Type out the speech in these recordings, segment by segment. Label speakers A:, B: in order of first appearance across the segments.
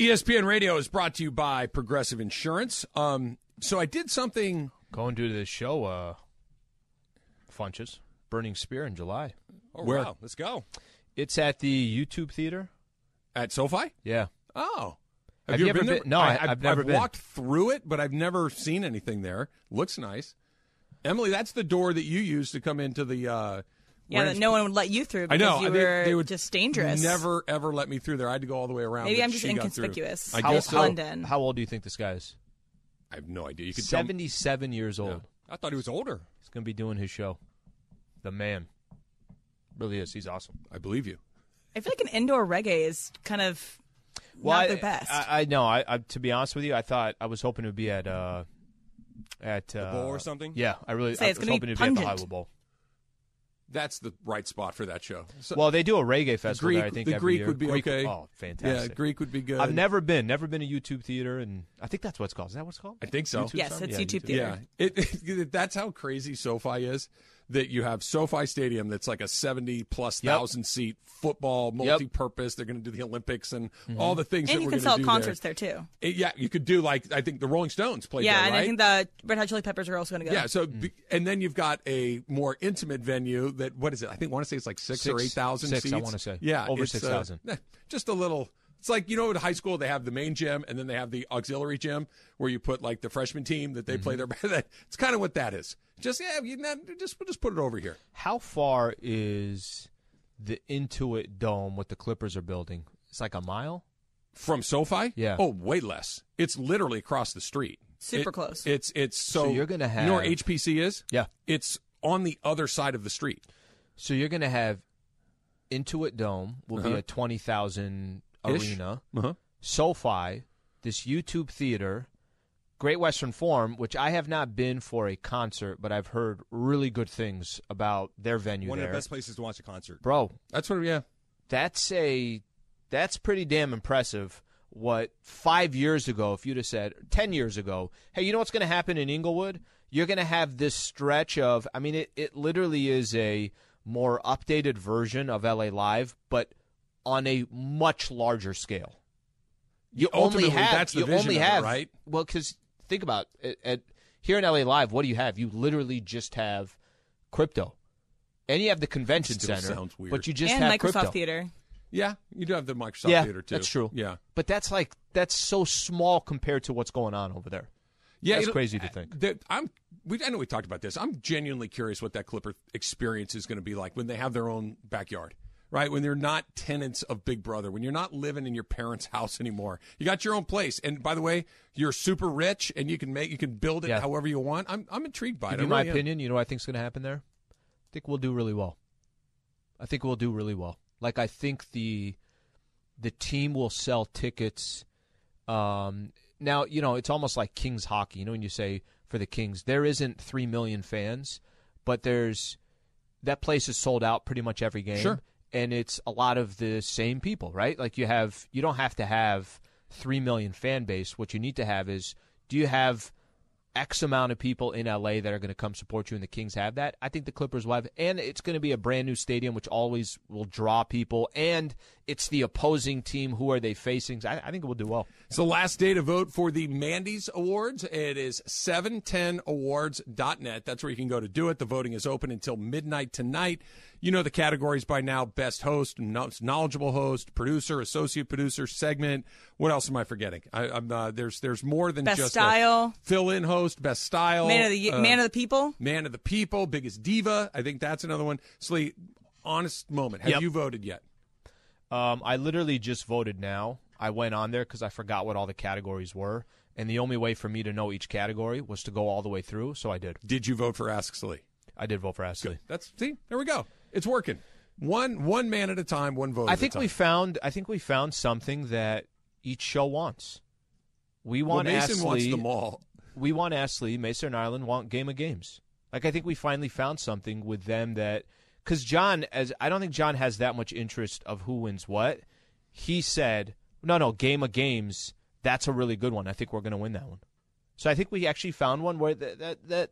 A: ESPN Radio is brought to you by Progressive Insurance. Um, so I did something.
B: Going to the show, uh, Funches, Burning Spear in July.
A: Oh,
B: Where?
A: wow. Let's go.
B: It's at the YouTube Theater.
A: At SoFi?
B: Yeah.
A: Oh.
B: Have you ever
A: there?
B: been- no, I- I've never
A: I've
B: been.
A: walked through it, but I've never seen anything there. Looks nice. Emily, that's the door that you used to come into the. Uh,
C: Yeah,
A: ranch-
C: that no one would let you through
A: I
C: because
A: know.
C: you
A: they,
C: were
A: they would
C: just dangerous.
A: Never ever let me through there. I had to go all the way around.
C: Maybe
A: but
C: I'm just
A: she got through.
C: inconspicuous.
A: I
C: How-
A: guess
C: how- London.
B: How old do you think this guy is?
A: I have no idea. You could tell me-
B: Seventy-seven years old.
A: Yeah. I thought he was older.
B: He's going to be doing his show. The man really is. He's awesome.
A: I believe you.
C: I feel like an indoor reggae is kind of
B: I,
C: not their best.
B: I, I know. I, I to be honest with you, I thought I was hoping to be at uh at uh,
A: Bowl or something?
B: Yeah, I really
C: Say
B: I
C: it's
B: was
C: gonna be
B: hoping to be at the
C: pungent.
B: Hollywood Bowl.
A: That's the right spot for that show. So,
B: well, they do a reggae
A: the
B: festival.
A: Greek,
B: there, I think
A: the
B: every
A: Greek
B: year.
A: would be okay.
B: Oh, fantastic!
A: Yeah, Greek would be good.
B: I've never been, never been to YouTube theater, and I think that's what it's called. Is that what it's called?
A: I think so.
B: YouTube
C: Yes,
B: something?
C: it's
B: Yeah,
C: YouTube theater.
A: Yeah, it, it- that's how crazy SoFi is. That you have SoFi Stadium, that's like a seventy-plus
B: Yep.
A: thousand seat football multi-purpose. They're going to do the Olympics and
B: Mm-hmm.
A: all the things.
C: and
A: that
C: you
A: we're
C: can
A: gonna
C: sell
A: do
C: concerts
A: there.
C: there, too.
A: It- yeah, you could do like I think the Rolling Stones played
C: yeah,
A: there,
C: and
A: right?
C: I think the Red Hot Chili Peppers are also going to go.
A: yeah, so
B: Hmm.
A: be- and then you've got a more intimate venue that what is it? I think want to say it's like six, or
B: Six.
A: eight thousand
B: Six, I
A: seats.
B: wanna say.
A: yeah,
B: Over
A: it's, uh,
B: 6,000.
A: eh, just a little. It's like you know, at high school they have the main gym and then they have the auxiliary gym where you put like the freshman team that they play
B: Mm-hmm.
A: their. that- it's kind of what that is. Just yeah, you know, just we'll just put it over here.
B: How far is the Intuit Dome, what the Clippers are building? It's like a mile.
A: From SoFi,
B: Yeah.
A: Oh, way less. It's literally across the street.
C: Super
A: It-
C: close.
A: It's it's so,
B: So you're gonna
A: you know where
B: have-
A: HPC is.
B: Yeah.
A: It's on the other side of the street.
B: So you're going to have Intuit Dome will
A: Uh-huh.
B: be a twenty thousand arena.
A: Uh-huh.
B: SoFi, this YouTube theater, Great Western Forum, which I have not been for a concert, but I've heard really good things about their venue
D: One
B: there.
D: of the best places to watch a concert.
B: Bro,
A: That's what. Yeah.
B: that's a that's pretty damn impressive. What five years ago, if you'd have said ten years ago, hey, you know what's going to happen in Inglewood? You're going to have this stretch of, I mean, it, it literally is a more updated version of LA Live, but on a much larger scale. You
A: Ultimately,
B: only have
A: that's the
B: you
A: vision
B: only
A: of it,
B: have
A: right?
B: Well, because think about it, at here in LA Live, what do you have? You literally just have crypto, and you have the convention
A: Still
B: center.
A: sounds weird.
B: But you just
C: and
B: have
C: Microsoft
B: crypto.
C: Theater.
A: Yeah, you do have the Microsoft
B: Yeah,
A: Theater too.
B: that's true.
A: Yeah,
B: But that's like that's so small compared to what's going on over there.
A: yeah,
B: That's
A: it'll-
B: crazy to think.
A: the- I'm. We, I know we talked about this. I'm genuinely curious what that Clipper experience is going to be like when they have their own backyard, right? When they're not tenants of Big Brother, when you're not living in your parents' house anymore, you got your own place. And by the way, you're super rich, and you can make you can build it
B: Yeah.
A: however you want. I'm I'm intrigued by
B: Give
A: it. I
B: you my
A: really am.
B: opinion. You know what I think's going to happen there? I think we'll do really well. I think we'll do really well. Like I think the the team will sell tickets. Um, now you know it's almost like Kings hockey. You know when you say for the Kings, there isn't three million fans, but there's that place is sold out pretty much every game.
A: Sure.
B: And it's a lot of the same people, right? Like you have you don't have to have three million fan base. What you need to have is do you have X amount of people in LA that are going to come support you, and the Kings have that. I think the Clippers will have, and it's going to be a brand new stadium, which always will draw people. And it's the opposing team. Who are they facing? I, I think it will do well.
A: It's the last day to vote for the Mandy's Awards. It is 710awards.net. That's where you can go to do it. The voting is open until midnight tonight. You know the categories by now best host, kno- knowledgeable host, producer, associate producer, segment. What else am I forgetting? I, I'm, uh, there's, there's more than
C: Best
A: just
C: style.
A: fill in host, best style,
C: Man of the Ye-
A: uh,
C: Man of the People.
A: man of the people, biggest diva. I think that's another one. Slee, honest moment. Have
B: Yep.
A: you voted yet?
B: Um, I literally just voted now. I went on there because I forgot what all the categories were, and the only way for me to know each category was to go all the way through. So I did.
A: Did you vote for Ask Slee?
B: I did vote for E. Ashley.
A: That's see, there we go. It's working. One one man at a time, one vote.
B: I
A: at a
B: think
A: time.
B: we found. I think we found something that each show wants. We
A: Well,
B: want E
A: Mason
B: Astley.
A: wants them all.
B: we want Astley, Mason and Ireland want Game of Games. Like I think we finally found something with them that because John, as I don't think John has that much interest of who wins what. He said, "No, no, Game of Games. That's a really good one. I think we're going to win that one." So I think we actually found one where that that, that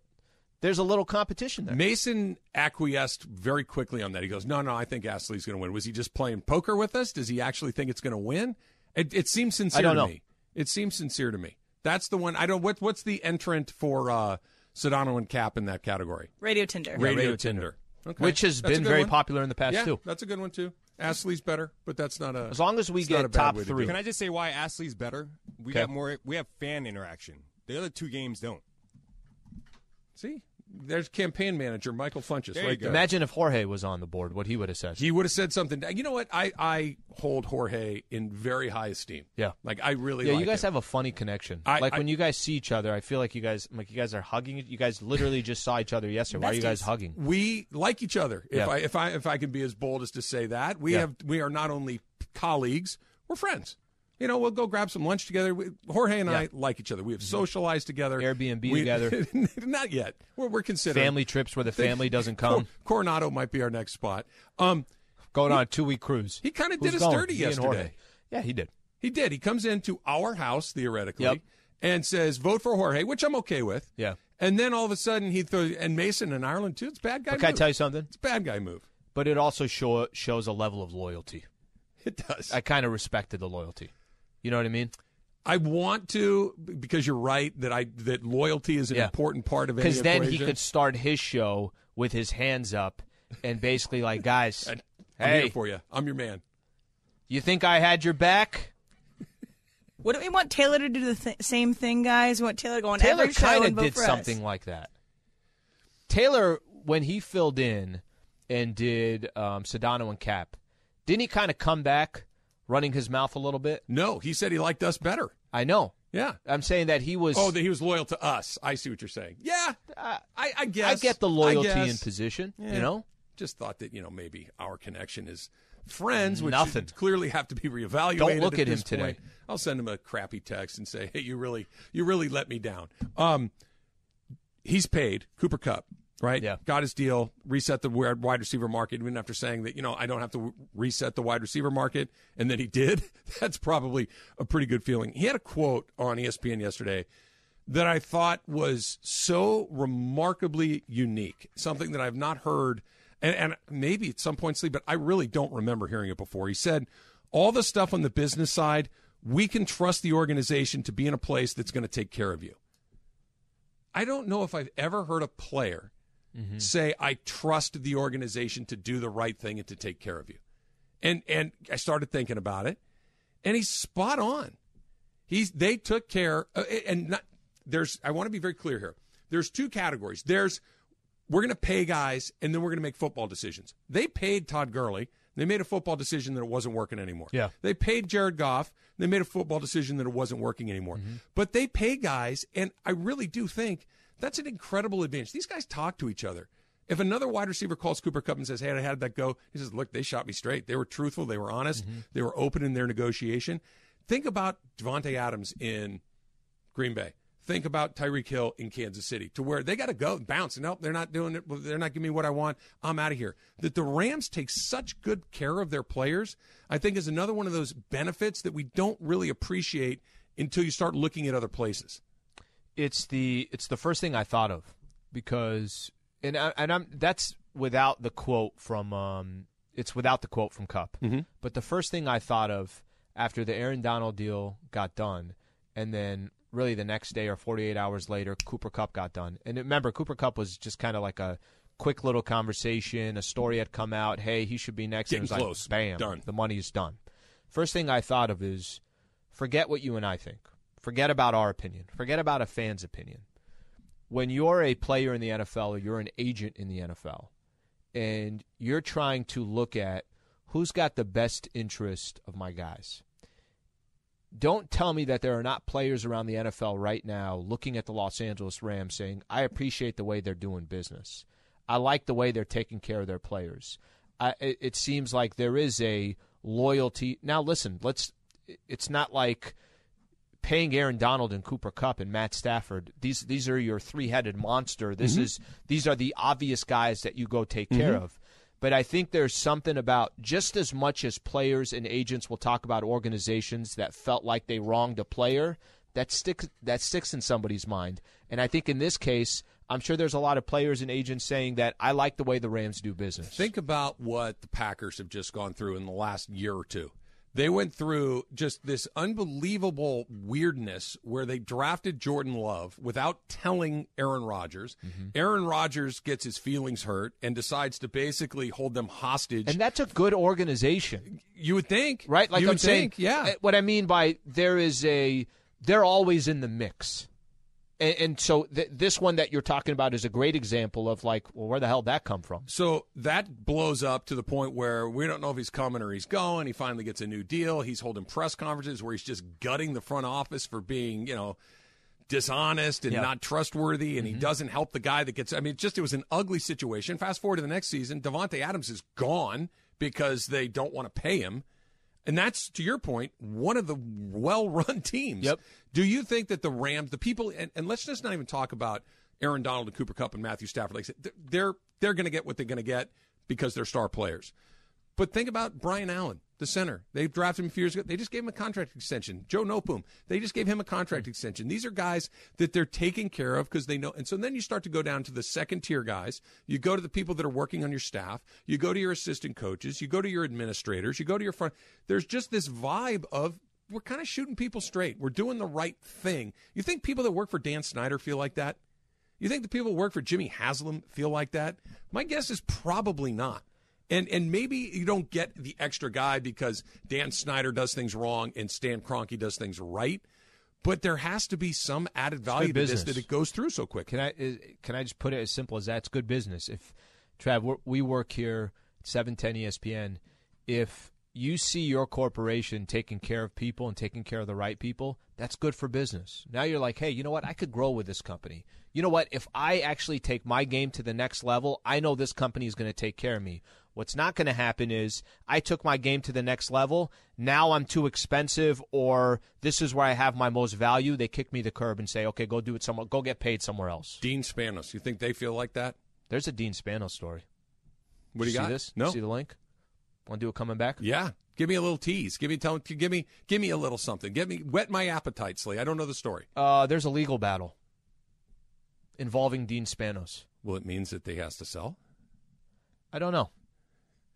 B: there's a little competition there.
A: Mason acquiesced very quickly on that. He goes, "No, no, I think Astley's going to win." Was he just playing poker with us? Does he actually think it's going to win? It, it seems sincere
B: I don't
A: to
B: know.
A: me. It seems sincere to me. That's the one. I don't. What, what's the entrant for uh, Sedano and Cap in that category?
C: Radio Tinder.
A: Radio,
B: Radio
A: Tinder, Okay.
B: Which has
A: That's a
B: been
A: good
B: very
A: one.
B: popular in the past
A: yeah,
B: too.
A: That's a good one too. Astley's better, but that's not a.
B: As long as we
A: it's not
B: get
A: a bad
B: top
A: way to do
B: three.
A: it.
D: Can I just say why Astley's better? We
B: Okay.
D: have more. We have fan interaction. The other two games don't.
A: See, there's campaign manager Michael Funches
D: There you
A: right
D: go.
A: there.
B: Imagine if Jorge was on the board, what he would have said.
A: He would have said something. You know what? I, I hold Jorge in very high esteem.
B: Yeah.
A: Like I really.
B: yeah,
A: like
B: you guys
A: him.
B: have a funny connection.
A: I-
B: like
A: I-
B: when you guys see each other, I feel like you guys, like you guys are hugging. You guys literally just saw each other yesterday. Why are you guys
C: Besties.
B: hugging?
A: we like each other. If
B: Yeah.
A: I if I if I can be as bold as to say that, we
B: Yeah.
A: have we are not only colleagues, we're friends. You know, we'll go grab some lunch together. We, Jorge and I
B: Yeah. Mm-hmm.
A: like each other. We have socialized together.
B: Airbnb
A: We-
B: together.
A: not yet. We're, we're considering
B: Family trips where the family doesn't
A: Cor-
B: come.
A: Coronado might be our next spot. Um,
B: Going on a two week cruise.
A: he kind of
B: Who's
A: did us
B: going?
A: dirty
B: Me and
A: yesterday.
B: Jorge. Yeah, he did.
A: He did. He comes into our house theoretically
B: Yep.
A: and says, "Vote for Jorge," which I'm okay with.
B: Yeah.
A: And then all of a sudden he throws and Mason and Ireland too. It's a bad guy.
B: But can I
A: move.
B: tell you something?
A: It's a bad guy move.
B: But it also show, shows a level of loyalty.
A: It does.
B: I kind of respected the loyalty. You know what I mean?
A: I want to b- because you're right that I that loyalty is an
B: Yeah.
A: important part of any
B: Because then he
A: equation.
B: could start his show with his hands up and basically like, guys,
A: I'm here
B: hey,
A: for you. I'm your man.
B: you think I had your back?
C: Wouldn't we want Taylor to do the th- same thing, guys? We want Taylor to go on
B: Taylor
C: every show
B: kind
C: and
B: of
C: vote
B: did
C: for us.
B: something like that. Taylor, when he filled in and did um, Sedano and Cap, didn't he kind of come back running his mouth a little bit?
A: No, he said he liked us better.
B: I know.
A: Yeah.
B: I'm saying that he was.
A: Oh, that he was loyal to us. I see what you're saying. Yeah, I, I
B: I
A: guess
B: get the loyalty
A: I
B: and
A: guess.
B: position.
A: Yeah.
B: You know,
A: Just thought that you know maybe our connection is friends, which
B: Nothing.
A: should clearly have to be reevaluated.
B: Don't look at him
A: this point.
B: today.
A: I'll send him a crappy text and say, "Hey, you really, you really let me down." Um, he's paid Cooper Cup, right?
B: Yeah.
A: got his deal, reset the wi- wide receiver market. Even after saying that, you know, I don't have to w- reset the wide receiver market, and then he did. That's probably a pretty good feeling. He had a quote on E ESPN yesterday that I thought was so remarkably unique, something that I've not heard, and, and maybe at some point, Lee, but I really don't remember hearing it before. He said, All the stuff on the business side, we can trust the organization to be in a place that's going to take care of you. I don't know if I've ever heard a player say, I trust the organization to do the right thing and to take care of you. And, and I started thinking about it, and he's spot on. He's they took care uh, and not, there's I want to be very clear here. There's two categories. There's we're going to pay guys and then we're going to make football decisions. They paid Todd Gurley. They made a football decision that it wasn't working anymore.
B: Yeah.
A: They paid Jared Goff. They made a football decision that it wasn't working anymore. But they pay guys and I really do think that's an incredible advantage. These guys talk to each other. If another wide receiver calls Cooper Cup and says, Hey, how did that go? He says, Look, they shot me straight. They were truthful. They were honest. They were open in their negotiation. Think about Devontae Adams in Green Bay. Think about Tyreek Hill in Kansas City, to where they got to go bounce. Nope, they're not doing it. They're not giving me what I want. I'm out of here. That the Rams take such good care of their players, I think, is another one of those benefits that we don't really appreciate until you start looking at other places.
B: it's the it's the first thing I thought of because and I, and I'm that's without the quote from um it's without the quote from Cup.
A: Mm-hmm.
B: But the first thing I thought of after the Aaron Donald deal got done and then really the next day or 48 hours later Cooper Cup got done. And remember Cooper Cup was just kind of like a quick little conversation, a story had come out, hey, he should be next and it
A: Getting
B: was
A: close.
B: like bam,
A: Done.
B: the money's done. First thing I thought of is forget what you and I think. Forget about our opinion. Forget about a fan's opinion. When you're a player in the NFL or you're an agent in the NFL and you're trying to look at who's got the best interest of my guys. Don't tell me that there are not players around the NFL right now looking at the Los Angeles Rams saying, I appreciate the way they're doing business. I like the way they're taking care of their players. I, it, it seems like there is a loyalty. Now, listen, let's. It's not like paying Aaron Donald and Cooper Cup and Matt Stafford. These these are your three headed monster. This is these are the obvious guys that you go take care of. But I think there's something about just as much as players and agents will talk about organizations that felt like they wronged a player that sticks that sticks in somebody's mind. And I think in this case, I'm sure there's a lot of players and agents saying that I like the way the Rams do business.
A: Think about what the Packers have just gone through in the last year or two. They went through just this unbelievable weirdness where they drafted Jordan Love without telling Aaron Rodgers.
B: Mm-hmm.
A: Aaron Rodgers gets his feelings hurt and decides to basically hold them hostage.
B: and that's a good organization,
A: you would think,
B: right? Like
A: you
B: I'm
A: would
B: saying,
A: think, yeah.
B: uh, What I mean by there is a they're always in the mix, and, and so th- this one that you're talking about is a great example of like, well, where the hell did that come from?
A: So that blows up to the point where we don't know if he's coming or he's going. He finally gets a new deal. He's holding press conferences where he's just gutting the front office for being, you know, dishonest and not trustworthy. And he doesn't help the guy that gets. I mean, it just it was an ugly situation. Fast forward to the next season, Devontae Adams is gone because they don't want to pay him. And that's to your point, one of the well-run teams.
B: Yep.
A: Do you think that the Rams, the people, and, and let's just not even talk about Aaron Donald and Cooper Cup and Matthew Stafford. Like I said, they're they're going to get what they're going to get because they're star players. But think about Brian Allen, the center. They drafted him a few years ago. They just gave him a contract extension. Joe Nopum, they just gave him a contract extension. These are guys that they're taking care of because they know. And so then you start to go down to the second tier guys. You go to the people that are working on your staff. You go to your assistant coaches. You go to your administrators. You go to your front. There's just this vibe of we're kind of shooting people straight. We're doing the right thing. You think people that work for Dan Snyder feel like that? You think the people who work for Jimmy Haslam feel like that? My guess is probably not. And and maybe you don't get the extra guy because Dan Snyder does things wrong and Stan Kroenke does things right. But there has to be some added value to this
B: business.
A: that it goes through so quick.
B: Can I is, can I just put it as simple as that? It's good business. If Trav, we're, we work here, seven ten E ESPN. If you see your corporation taking care of people and taking care of the right people, that's good for business. Now you're like, hey, you know what? I could grow with this company. You know what? If I actually take my game to the next level, I know this company is going to take care of me. What's not going to happen is I took my game to the next level. Now I'm too expensive, or this is where I have my most value. They kick me the curb and say, "Okay, go do it somewhere. Go get paid somewhere else."
A: Dean Spanos, you think they feel like that?
B: There's a Dean Spanos story.
A: What do you
B: see
A: got?
B: This?
A: No.
B: See the link? Want to do it coming back?
A: Yeah. Give me a little tease. Give me tell give me give me a little something. Give me wet my appetite, Slee. I don't know the story.
B: Uh, there's a legal battle involving Dean Spanos.
A: Well, it means that they has to sell.
B: I don't know.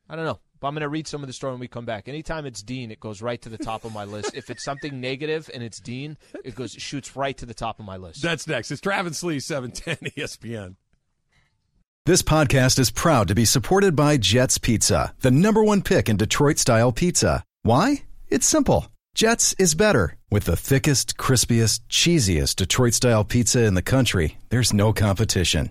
B: I don't know. But I'm going to read some of the story when we come back. Anytime it's Dean, it goes right to the top of my list. If it's something negative and it's Dean, it goes it shoots right to the top of my list.
A: That's next. It's Travis Slee, seven ten E ESPN.
E: This podcast is proud to be supported by Jets Pizza, the number one pick in Detroit style pizza. Why? It's simple. Jets is better. With the thickest, crispiest, cheesiest Detroit style pizza in the country, there's no competition.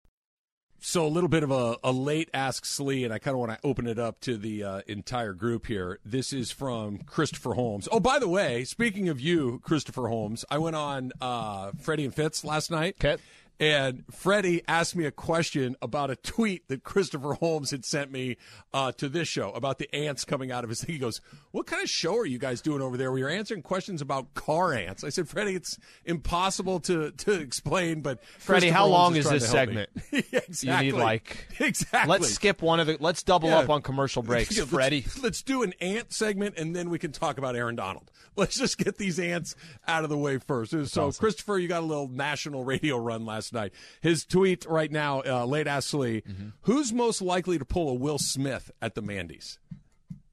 A: so a little bit of a, a late ask slee and i kind of want to open it up to the uh, entire group here this is from christopher holmes oh by the way speaking of you christopher holmes i went on uh, freddie and fitz last night
B: Okay.
A: and freddie asked me a question about a tweet that christopher holmes had sent me uh, to this show about the ants coming out of his thing he goes what kind of show are you guys doing over there where you're answering questions about car ants i said freddie it's impossible to, to explain but
B: Freddie,
A: Christopher
B: how
A: Holmes
B: long is
A: trying
B: this
A: to help me."
B: segment?
A: Yeah, exactly.
B: like-
A: exactly.
B: Let's skip one of the. Let's double
A: Yeah.
B: up on commercial breaks,
A: Yeah, let's-
B: Freddie.
A: Let's, do an ant segment, and then we can talk about Aaron Donald. Let's just get these ants out of the way first. so, Christopher, you got a little national radio run last night. His tweet right now, uh, late Ashley,
B: Mm-hmm.
A: who's most likely to pull a Will Smith at the Mandy's?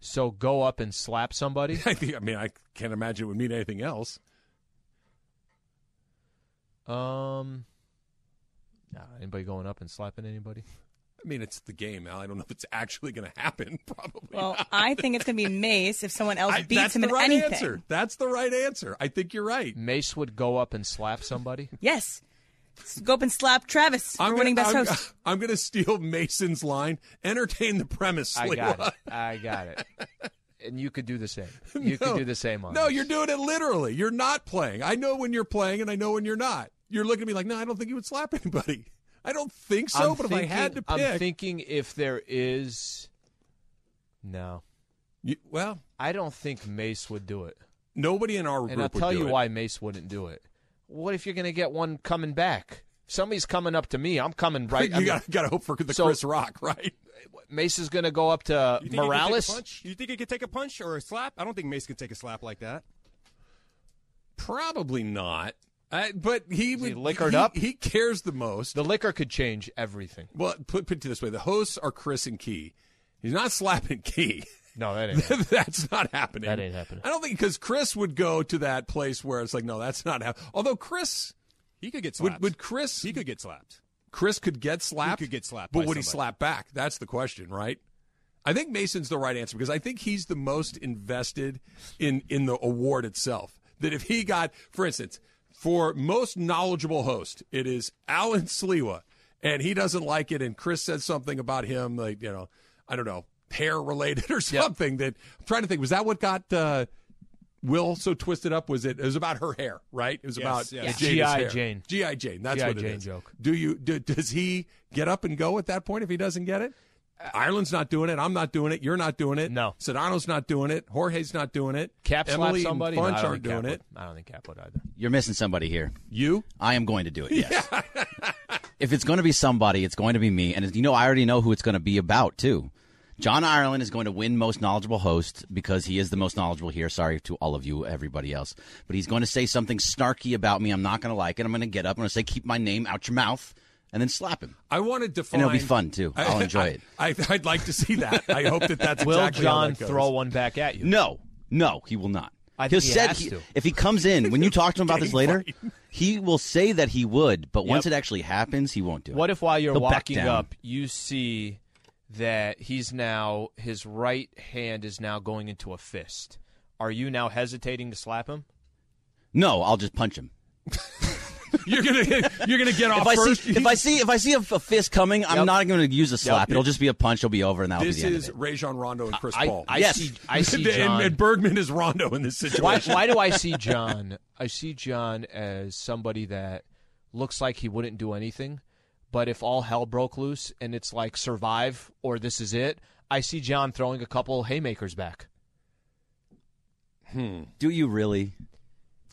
B: So go up and slap somebody.
A: I think. I mean, I can't imagine it would mean anything else.
B: Um, nah, anybody going up and slapping anybody?
A: I mean, it's the game, Al. I don't know if it's actually going to happen. Probably.
C: Well,
A: not.
C: I think it's going to be Mace if someone else
A: I-
C: beats
A: that's
C: him
A: the
C: in
A: right
C: anything.
A: answer. That's the right answer. I think you're right.
B: Mace would go up and slap somebody.
C: Yes. Go up and slap Travis for
A: gonna-
C: winning best
A: I'm,
C: host.
A: I'm going to steal Mason's line. Entertain the premise.
B: I
A: Lewa.
B: got it. I got it. And you could do the same. You could do the same on.
A: No,
B: this.
A: you're doing it literally. You're not playing. I know when you're playing, and I know when you're not. You're looking at me like, no, I don't think you would slap anybody. I don't think so.
B: I'm
A: but if I
B: thinking-
A: had to pick,
B: I'm thinking if there is. No,
A: you, well,
B: I don't think Mace would do it.
A: nobody in our group.
B: And I'll
A: would
B: tell
A: do
B: you
A: it.
B: why Mace wouldn't do it. What if you're going to get one coming back? If somebody's coming up to me. I'm coming right. I mean,
A: you got got to hope for the
B: So-
A: Chris Rock, right?
B: Mace is going to go up to
D: You think he could take a
B: Morales.
D: punch? You think he could take a punch or a slap? I don't think Mace could take a slap like that.
A: Probably not. I, but he
B: he
A: would
B: liquored
A: he-
B: up?
A: He cares the most.
B: The liquor could change everything.
A: Well, put put it this way: the hosts are Chris and Key. He's not slapping Key.
B: No, that ain't.
A: that's not happening.
B: That ain't happening.
A: I don't think because Chris would go to that place where it's like, no, that's not happening. Although Chris
D: He could get slapped.
A: would, would Chris
D: he could get slapped.
A: Chris could get slapped.
D: He could get slapped
A: but
D: by
A: would he
D: somebody.
A: slap back? That's the question, right? I think Mason's the right answer because I think he's the most invested in in the award itself. That if he got, for instance, for most knowledgeable host, it is Alan Slewa, and he doesn't like it, and Chris said something about him, like you know, I don't know, hair related or something. That I'm trying to think, was that what got? Uh, Will so twisted up was it? It was about her hair, right? It was about
D: yes.
A: Jada's
B: G.I.
A: hair.
B: Jane.
A: GI Jane. That's
B: G.I.
A: what it
B: Jane
A: is.
B: joke.
A: Do you do, does he get up and go at that point if he doesn't get it? Ireland's not doing it. I'm not doing it. You're not doing it.
B: Uh, No.
A: Sedano's not doing it. Jorge's not doing it.
B: Cap slap
A: Emily
B: somebody.
A: and
B: No, I
A: Funch
B: don't
A: aren't
B: think Cap
A: doing it.
B: would. I don't think Cap would either.
F: You're missing somebody here.
A: You?
F: I am going to do it. Yes. if it's going to be somebody, it's going to be me, and you know I already know who it's going to be about too. John Ireland is going to win most knowledgeable host because he is the most knowledgeable here. Sorry to all of you, everybody else, but he's going to say something snarky about me. I'm not going to like it. I'm going to get up. I'm going to say, "Keep my name out your mouth," and then slap him.
A: I want to define.
F: And it'll be fun, too. I'll enjoy it.
A: I, I, would like to see that. I hope that that's
B: Will
A: exactly how
B: John
A: that goes.
B: throw one back at you?
F: No, no, he will not.
B: I think
F: He'll
B: he
F: said
B: has to.
F: if he comes in when you talk to him about this later, he will say that he would, but once
B: Yep.
F: it actually happens, he won't do it.
B: What if while you're
F: He'll back
B: walking
F: down.
B: up, you see that he's now his right hand is now going into a fist? Are you now hesitating to slap him?
F: No, I'll just punch him.
A: You're gonna you're gonna get off
F: if I
A: first.
F: see if I see if I see a, a fist coming, I'm
B: Yep.
F: not going to use a slap.
B: Yep.
F: It'll just be a punch. It'll be over, and that'll
A: this
F: be the end
A: is
F: of it.
A: Rajon Rondo and Chris
B: I,
A: Paul.
B: I
F: Yes.
B: see. I see
A: And-
B: John.
A: and Bergman is Rondo in this situation.
B: why, why do I see John? I see John as somebody that looks like he wouldn't do anything, but if all hell broke loose and it's like survive or this is it, I see John throwing a couple haymakers back.
F: Do you really?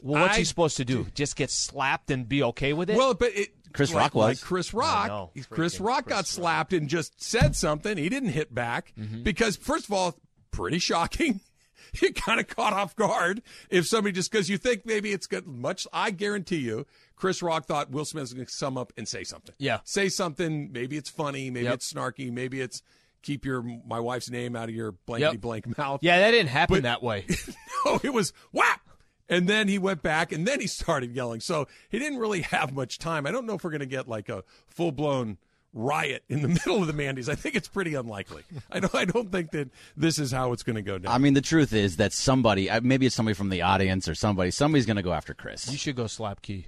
B: Well, what's
A: I-
B: he supposed to do? Just get slapped and be okay with it?
A: Well, but it,
F: Chris
A: like-
F: Rock was.
A: like Chris
B: I know.
A: Rock. Chris
B: Freaking
A: Rock
B: Chris
A: got slapped and just said something. He didn't hit back
B: Mm-hmm.
A: because, first of all, pretty shocking. He kind of caught off guard if somebody just because you think maybe it's good. Much I guarantee you, Chris Rock thought Will Smith's going to sum up and say something.
B: Yeah.
A: say something. Maybe it's funny. Maybe
B: Yep.
A: it's snarky. Maybe it's keep your my wife's name out of your blankety blank mouth.
B: yeah, that didn't happen that way.
A: No, Oh, it was whap. And then he went back and then he started yelling. So he didn't really have much time. I don't know if we're going to get like a full blown riot in the middle of the Mandy's. I think it's pretty unlikely. I don't, I don't think that this is how it's going to go down.
F: I mean, the truth is that somebody, uh, maybe it's somebody from the audience or somebody, somebody's going to go after
B: You
F: Chris.
B: should go slap key.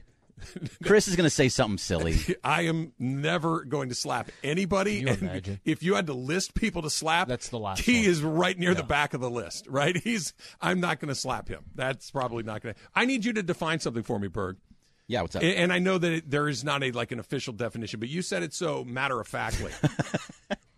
F: Chris is going to say something silly.
A: I am never going to slap anybody.
B: Can you
A: And
B: imagine?
A: If you had to list people to slap,
B: That's the last
A: He
B: one.
A: is right near the back of the list, right? He's. I'm not going to slap him. That's probably not going to. I need you to define something for me, Berg.
F: Yeah, what's up?
A: And, and I know that it, there is not a like an official definition, but you said it so matter of factly.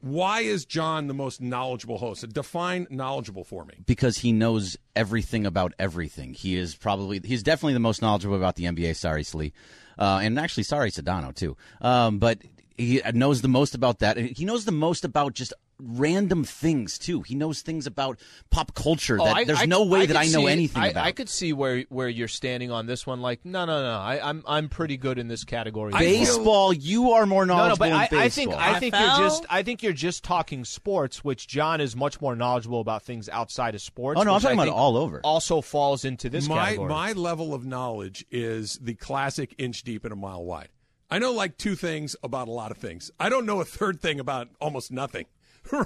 A: Why is John the most knowledgeable host? Define knowledgeable for me.
F: because he knows everything about everything. He is probably he's definitely the most knowledgeable about the NBA. Sorry, Slee, uh, and actually sorry Sedano too. Um, but he knows the most about that. And He knows the most about just random things too. He knows things about pop culture that there's no way that
B: could
F: Oh, I know
B: see-
F: anything
B: Oh, I,
F: about.
B: I could see where where you're standing on this one. Like, no, no, no. I, I'm I'm pretty good in this category.
F: baseball, you are more
B: No, no,
F: knowledgeable
B: but
F: in
B: I, I think
F: baseball.
B: I think you're
C: NFL?
B: just I think you're just talking sports, which John is much more knowledgeable about things outside of sports.
F: Oh, no, I'm
B: which
F: talking
B: I
F: about
B: think
F: all over.
B: Also falls into this
A: my
B: category.
A: my level of knowledge is the classic inch deep and a mile wide. I know like two things about a lot of things. I don't know a third thing about almost nothing.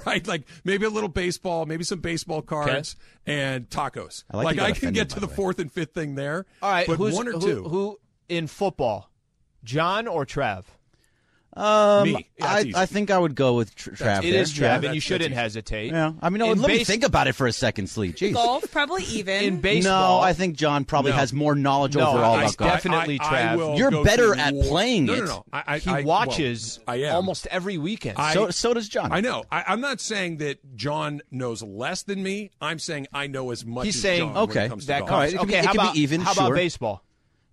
A: Right, like maybe a little baseball, maybe some baseball cards and tacos.
F: I like that you got
A: I can
F: offended,
A: get
F: by the
A: to the
F: way.
A: fourth and fifth thing there.
B: All right,
A: but
B: who's,
A: one or
B: who,
A: two.
B: Who in football? John or Trav?
F: Um,
A: Me. Yeah, that's
F: I,
A: easy.
F: I think I would go with tr- Trav.
B: It
F: there.
B: is
F: Yeah.
B: Trav, and you
A: that's
B: shouldn't
A: easy.
B: hesitate.
F: Yeah, I mean, no,
B: In
F: let me
B: base-
F: think about it for a second, Slee. Jeez.
G: Golf, probably even.
B: In baseball,
F: No, I think John probably
A: No.
F: has more knowledge
B: No,
F: overall
B: I-
F: about
B: I-
F: golf.
B: definitely, Trav.
A: will
F: You're
A: go
F: better
A: through
F: at
A: war-
F: playing
A: no, No,
F: it.
A: no, I, I,
B: he
A: I, well,
B: watches
A: I am.
B: almost every weekend.
A: I-
F: so, so does John.
A: I know. I, I'm not saying that John knows less than me. I'm saying I know as much.
B: He's
A: as
B: saying-
A: John when it
F: okay,
A: comes to
B: that
A: golf.
B: comes,
F: All right, it can
B: okay,
F: be- it
B: how
F: can be
B: about
F: even,
B: how about
F: sure.
B: baseball?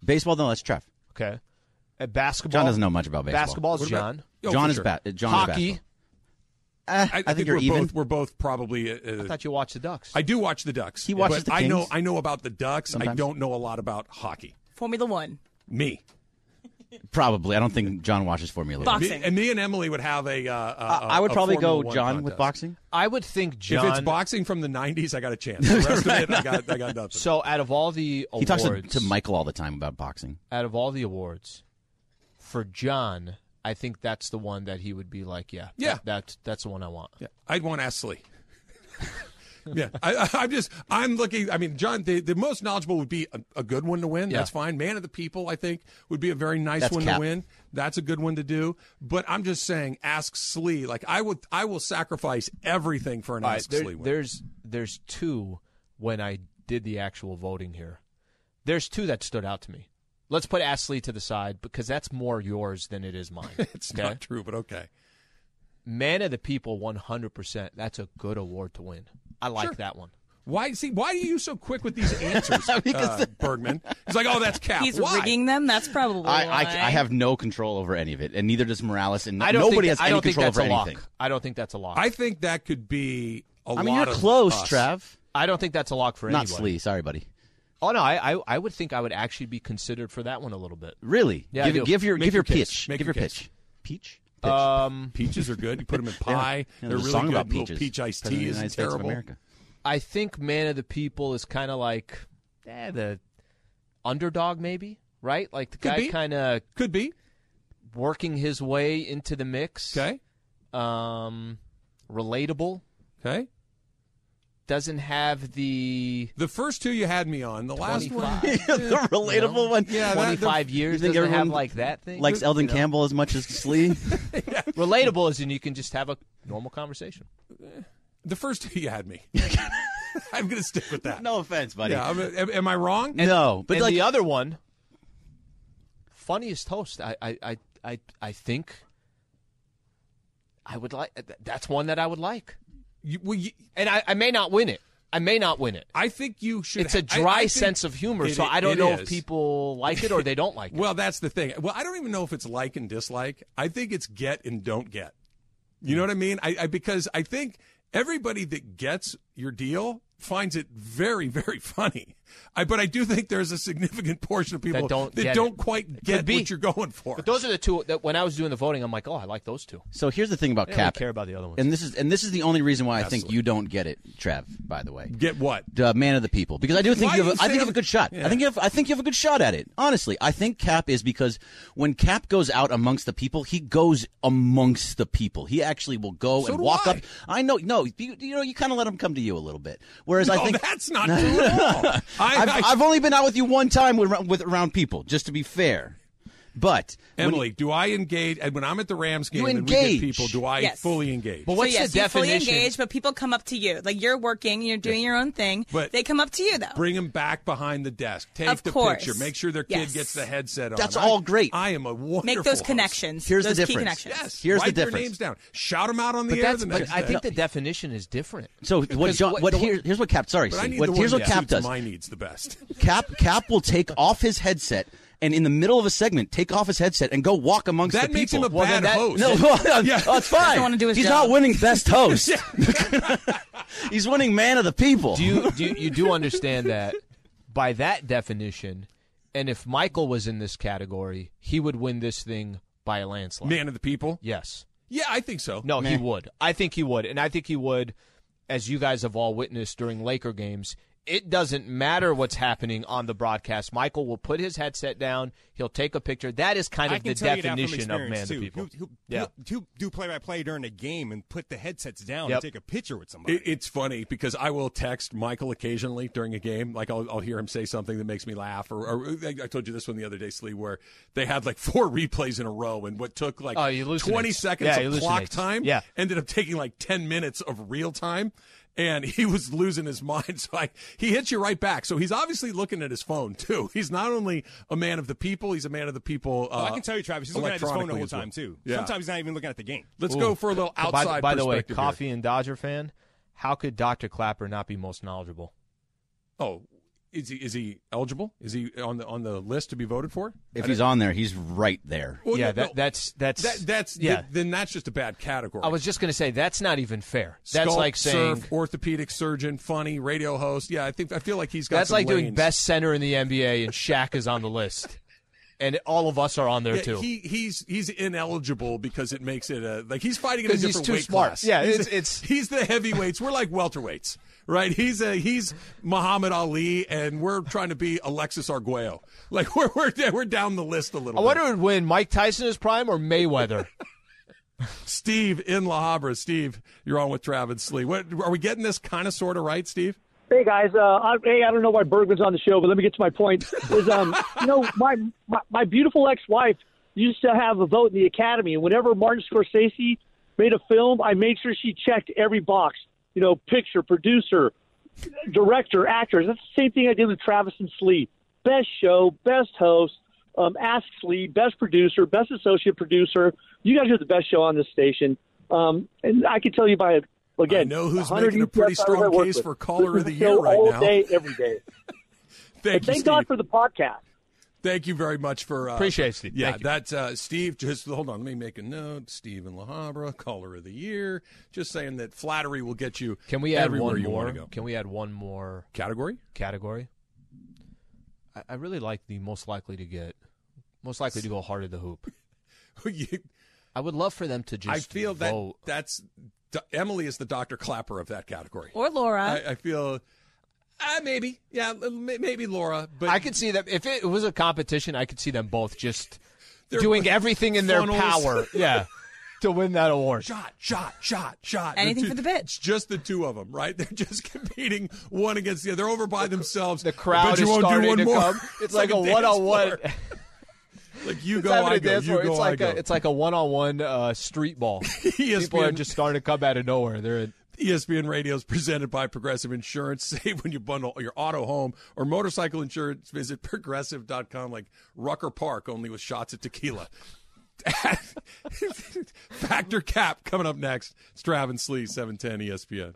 F: Baseball, no, that's Trav.
B: Okay, Uh, basketball.
F: John doesn't know much about baseball.
B: Basketball's
A: What about-
B: John.
A: Oh,
F: John
A: for
F: is
A: sure.
F: bad. John
B: Hockey.
F: Is basketball. Eh,
A: I, I think,
F: you're
A: we're
F: even.
A: both we're both probably. Uh,
B: I thought you watched the Ducks.
A: I do watch the Ducks.
F: He watches
A: but
F: the
A: I know
F: Kings
A: I know about the Ducks. I
F: sometimes.
A: don't know a lot about hockey.
C: Formula One.
A: Me.
F: Probably. I don't think John watches Formula. One.
C: Box-
A: me
C: Boxing.
A: and me and Emily would have a. Uh,
F: I I would probably go John with
A: boxing.
F: boxing.
B: I would think John.
A: If it's boxing from the '90s, I got a chance. The rest of it, I got, I got nothing.
B: so out of all the
F: He
B: awards,
F: talks to, to Michael all the time about boxing.
B: out of all the awards, for John, I think that's the one that he would be like, yeah,
A: Yeah.
B: that, that's that's the one I want.
A: Yeah, I'd want to ask Slee. yeah, I, I, I'm just I'm looking. I mean, John, the, the most knowledgeable would be a, a good one to win.
B: Yeah.
A: That's fine. Man of the People, I think, would be a very nice
F: That's
A: one
F: cap.
A: to win. That's a good one to do. But I'm just saying, ask Slee. Like I would, I will sacrifice everything for an
B: All right,
A: ask
B: there-
A: Slee win.
B: there's there's two when I did the actual voting here. There's two that stood out to me. Let's put Astley to the side because that's more yours than it is mine.
A: It's
B: okay?
A: not true, but okay.
B: Man of the People, 100%. That's a good award to win. I like that one.
A: Why see? Why are you so quick with these answers, uh, Bergman? He's like, oh, that's cap.
C: He's
A: why?
C: rigging them. That's probably
F: I, I,
C: why.
F: I have no control over any of it, and neither does Morales. And
B: I don't
F: nobody
B: think,
F: has
B: I
F: any
B: don't think
F: control
B: that's
F: over
B: a lock.
F: anything.
B: I don't think that's a lock.
A: I think that could be a
F: I
A: lot.
F: mean, you're
A: of
F: close,
A: us.
F: Trav.
B: I don't think that's a lock for
F: Not
B: anybody.
F: Slee. Sorry, buddy.
B: Oh no, I, I I would think I would actually be considered for that one a little bit.
F: Really?
B: Yeah, I
F: give,
B: do.
F: give your
A: Make
F: give
A: your
F: your
A: case.
F: pitch.
A: Make
F: give
A: your
F: your
A: case.
F: pitch. Peach. Pitch.
B: Um,
A: Peaches are good. You put them in pie.
F: Yeah,
A: They're
F: there's a
A: really
F: song
A: good.
F: about
A: Little
F: peaches.
A: peach iced
F: President of
A: tea
F: the
A: is
F: United States of
A: terrible.
F: America.
B: I think Man of the People is kind of like eh, the underdog, maybe right? Like the
A: Could
B: guy
A: be.
B: kind of
A: Could be.
B: working his way into the mix.
A: Okay.
B: Um, relatable.
A: Okay.
B: Doesn't have the
A: The first two you had me on. The last one.
B: 25,
F: the relatable one.
A: Yeah, that-
B: Twenty-five
F: the-
B: years
F: you think
B: doesn't have
F: everyone
B: like that thing.
F: Likes Eldon Campbell as much as Slee.
B: relatable is, and you can just have a normal conversation.
A: The first two you had me. I'm gonna stick with that.
F: no offense, buddy.
A: Yeah. I'm, am, am I wrong?
F: no, but
B: and
F: like
B: the other one, funniest host. I, I, I, I, I think I would like. That's one that I would like,
A: You, well, you,
B: and I, I may not win it. I may not win it.
A: I think you should.
B: It's a
A: ha- I-
B: dry
A: I think
B: sense of humor,
A: it-
B: so I don't
A: it
B: know if
A: is.
B: people like it or they don't like it.
A: Well, that's the thing. Well, I don't even know if it's like and dislike. I think it's get and don't get. You know what I mean? I, I because I think everybody that gets your deal finds it very, very funny. I but I do think there's a significant portion of people
B: That don't get it.
A: quite
B: could
A: get
B: be.
A: what you're going for.
B: But those are the two that when I was doing the voting, I'm like, oh, I like those two.
F: so. Here's the thing about
B: I don't really
F: Cap,
B: care about the other ones.
F: and this is and this is the only reason why I think you don't get it, Trav. By the way,
A: get what?
F: uh, man of the people because I do think
A: Why
F: you
A: do
F: have
A: you
F: a, I
A: say
F: think you have a
A: I'm-
F: good shot. I think you have I think you have a good shot at it. Honestly, I think Cap is because when Cap goes out amongst the people, he goes amongst the people. He actually will go
A: So
F: and
A: do
F: walk
A: I.
F: up. I know, no, you, you know, you kind of let him come to you a little bit. Whereas I
A: No,
F: think
A: that's not true at all. I,
F: I've,
A: I-
F: I've only been out with you one time with, with around people, just to be fair. But when
A: Emily, do I engage? And when I'm at the Rams game
F: You
A: and we get
F: engage.
A: people, do I
C: Yes.
A: fully engage?
B: But what's
C: so yes,
B: the
C: you're fully
B: definition?
C: engaged, but people come up to you. Like you're working, you're doing your own thing.
A: But-
C: they come up to you though.
A: Bring them back behind the desk. Take
C: Of
A: the
C: course.
A: picture. Make sure their kid
C: Yes.
A: gets the headset on.
F: That's
A: I-
F: all great.
A: I am a wonderful.
C: Make those
A: host.
C: connections.
F: Here's the
C: those key
F: difference.
C: connections.
A: Yes.
F: Here's the
A: Write their
F: difference.
A: names down. Shout them out on the
B: but
A: air
B: that's,
A: the
B: but
A: next
B: I
A: day.
B: think the definition is different.
F: So what,
B: Because
F: John,
B: what-
F: what,
B: the-
F: here, here's what Cap. Sorry,
A: But I
F: Steve.
A: need
F: What-
A: the
F: here's
A: one
F: what
A: that
F: Cap
A: suits
F: does.
A: my needs the best.
F: Cap Cap will take off his headset and in the middle of a segment take off his headset and go walk amongst
A: That
F: the
A: makes him
F: people.
A: a
B: Well, then
A: bad
B: that-
A: host.
F: no,
A: Yeah.
F: that's fine.
C: Doesn't wanna do his
F: He's
C: job.
F: not winning best host. He's winning man of the people.
B: do you, do you, you do understand that by that definition, and if Michael was in this category, he would win this thing by a landslide.
A: man of the people.
B: Yes.
A: Yeah, I think so.
B: No, he would. I think he would, and I think he would, as you guys have all witnessed during Laker games. it doesn't matter what's happening on the broadcast. Michael will put his headset down. He'll take a picture. That is kind
D: I
B: of
D: can
B: the
D: tell you that from
B: definition of
D: experience,
B: man to
D: too.
B: people.
D: Who, who,
B: yeah.
D: who, who do play by play during a game and put the headsets down
B: Yep.
D: and take a picture with somebody.
A: It, it's funny because I will text Michael occasionally during a game. Like I'll, I'll hear him say something that makes me laugh, or, or I I told you this one the other day, Slee, where they had like four replays in a row, and what took like
B: Oh, he hallucinates.
A: twenty seconds
B: Yeah, he
A: of clock
B: hallucinates.
A: time
B: Yeah.
A: ended up taking like ten minutes of real time. And he was losing his mind, so I, he hits you right back. So he's obviously looking at his phone too. He's not only a man of the people; he's a man of the people. Uh,
D: Oh, I can tell you, Travis, he's looking at his phone the
A: electronically
D: whole
A: as well.
D: time too.
A: Yeah.
D: Sometimes he's not even looking at the game.
A: Let's
B: Ooh.
A: go for a little
B: By the-
A: outside.
B: By, the way,
A: perspective here.
B: coffee and Dodger fan. How could Doctor Clapper not be most knowledgeable?
A: Oh, is he is he eligible? Is he on the on the list to be voted for?
F: If he's on there, he's right there.
A: Well,
B: yeah,
A: no,
B: that,
A: no.
B: that's that's
A: That- that's
B: yeah.
A: th- then that's just a bad category.
B: I was just going to say that's not even fair. That's
A: Sculpt,
B: like saying
A: surf, orthopedic surgeon, funny radio host. Yeah, I think I feel like he's got.
B: that's
A: some
B: like doing
A: lanes.
B: best center in the NBA and Shaq is on the list, and all of us are on there
A: Yeah,
B: too.
A: he he's he's ineligible because it makes it a like he's fighting in a
B: 'Cause he's
A: different
B: too
A: weight
B: smart.
A: class.
B: Yeah,
A: he's,
B: it's- it's-
A: he's the heavyweights. We're like welterweights, right? He's a he's Muhammad Ali, and we're trying to be Alexis Arguello. Like we're we're we're down the list a little.
B: I
A: bit.
B: wonder who'd win, Mike Tyson is prime or Mayweather?
A: Steve in La Habra. Steve, you're on with Travis Slee. What are we getting this kind of sort of right, Steve?
G: Hey guys, uh, I, hey, I don't know why Bergman's on the show, but let me get to my point. Is um, you know, my, my my beautiful ex-wife used to have a vote in the Academy, and whenever Martin Scorsese made a film, I made sure she checked every box. You know, picture, producer, director, actors. That's the same thing I did with Travis and Slee. Best show, best host, um, Ask Slee, best producer, best associate producer. You guys are the best show on this station, um, and I can tell you by again.
A: I know who's
G: 100
A: making a pretty
G: ETFs I ever
A: strong
G: worked
A: case
G: with.
A: for caller of the
G: Listen to
A: year right
G: all
A: now.
G: day, every day.
A: Thank
G: Thank
A: you, Steve.
G: God for the podcast.
A: Thank you very much for uh,
B: Appreciate it, Steve.
A: Yeah,
B: Thank you.
A: that's uh, Steve. Just hold on. Let me make a note. Steve in La Habra, caller of the year. Just saying that flattery will get you.
B: Can we add
A: everywhere
B: one
A: you
B: more?
A: want to go?
B: Can we add one more
A: Category?
B: category? I, I really like the most likely to get, most likely to go hard at the hoop.
A: You-
B: I would love for them to just.
A: I feel that
B: vote.
A: that's Do- Emily is the Doctor Clapper of that category.
C: Or Laura.
A: I, I feel. Uh, maybe, yeah, l- may- maybe Laura, but
B: I could see them if it was a competition. I could see them both just
A: They're
B: doing everything in their
A: funnels.
B: power, yeah, to win that award.
A: shot, shot, shot, shot.
C: Anything
A: two-
C: for the bitch.
A: It's just the two of them, right? They're just competing one against the other. They're over by themselves.
B: The crowd
A: But you
B: is
A: won't do
B: starting
A: one
B: to
A: more.
B: come. It's, like, a
A: dance
B: one-on-one.
A: floor. Like you
B: It's
A: go,
B: having
A: I
B: a
A: go.
B: dance
A: You
B: floor.
A: go,
B: It's like
A: I
B: a
A: go. E
B: it's like a one-on-one uh, street ball. People are
A: ESPN
B: just starting to come out of nowhere. They're in,
A: ESPN Radio is presented by Progressive Insurance. Save when you bundle your auto, home, or motorcycle insurance. Visit progressive.com like Rucker Park, only with shots at tequila. Factor cap coming up next. Strav and Slee, 710 ESPN.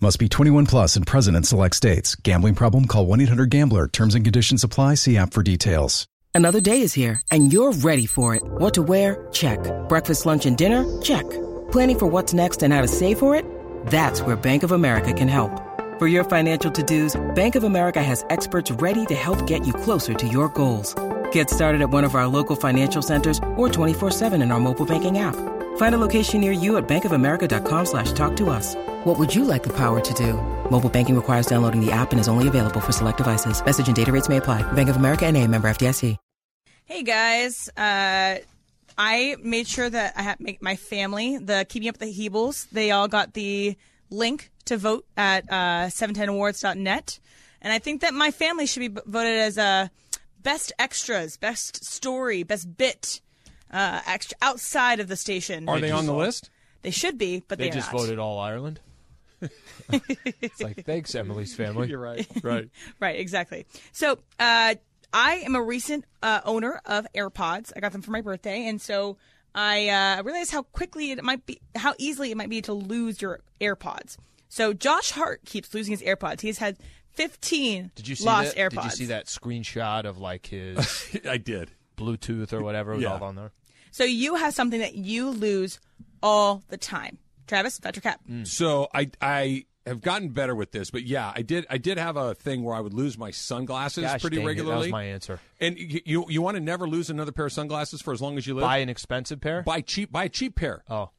E: Must be 21 plus and present in select states. Gambling problem? Call 1 800 Gambler. Terms and conditions apply. See app for details.
H: Another day is here, and you're ready for it. What to wear? Check. Breakfast, lunch, and dinner? Check. Planning for what's next and how to save for it? That's where Bank of America can help. For your financial to dos, Bank of America has experts ready to help get you closer to your goals. Get started at one of our local financial centers or 24-7 in our mobile banking app. Find a location near you at bankofamerica.com slash talk to us. What would you like the power to do? Mobile banking requires downloading the app and is only available for select devices. Message and data rates may apply. Bank of America and a member FDIC.
C: Hey guys, uh, I made sure that I had my- my family, the Keeping Up with the Heebles, they all got the link to vote at uh, 710awards.net. And I think that my family should be b- voted as uh, best extras, best story, best bit uh, extra outside of the station.
A: Are they on the list?
C: They should be, but
B: they
C: they
B: just voted all Ireland. it's like thanks, Emily's family. You're right.
A: Right.
C: Right, exactly. So uh, I am a recent uh, owner of AirPods. I got them for my birthday, and so I uh, realized how quickly it might be, how easily it might be to lose your AirPods. So Josh Hart keeps losing his AirPods. He's had 15
B: Did you see
C: lost
B: that?
C: AirPods.
B: Did you see that screenshot of like his?
A: I did.
B: Bluetooth or whatever was
A: Yeah.
B: all on there.
C: So you have something that you lose all the time. Travis, that's your cap.
B: Mm-hmm. Hmm.
A: So I I have gotten better with this, but yeah, I did I did have a thing where I would lose my sunglasses
B: Gosh
A: pretty
B: dang it, that was
A: regularly.
B: my answer.
A: And you you, you want to never lose another pair of sunglasses for as long as you live.
B: Buy an expensive pair.
A: buy cheap buy a cheap pair.
B: Oh.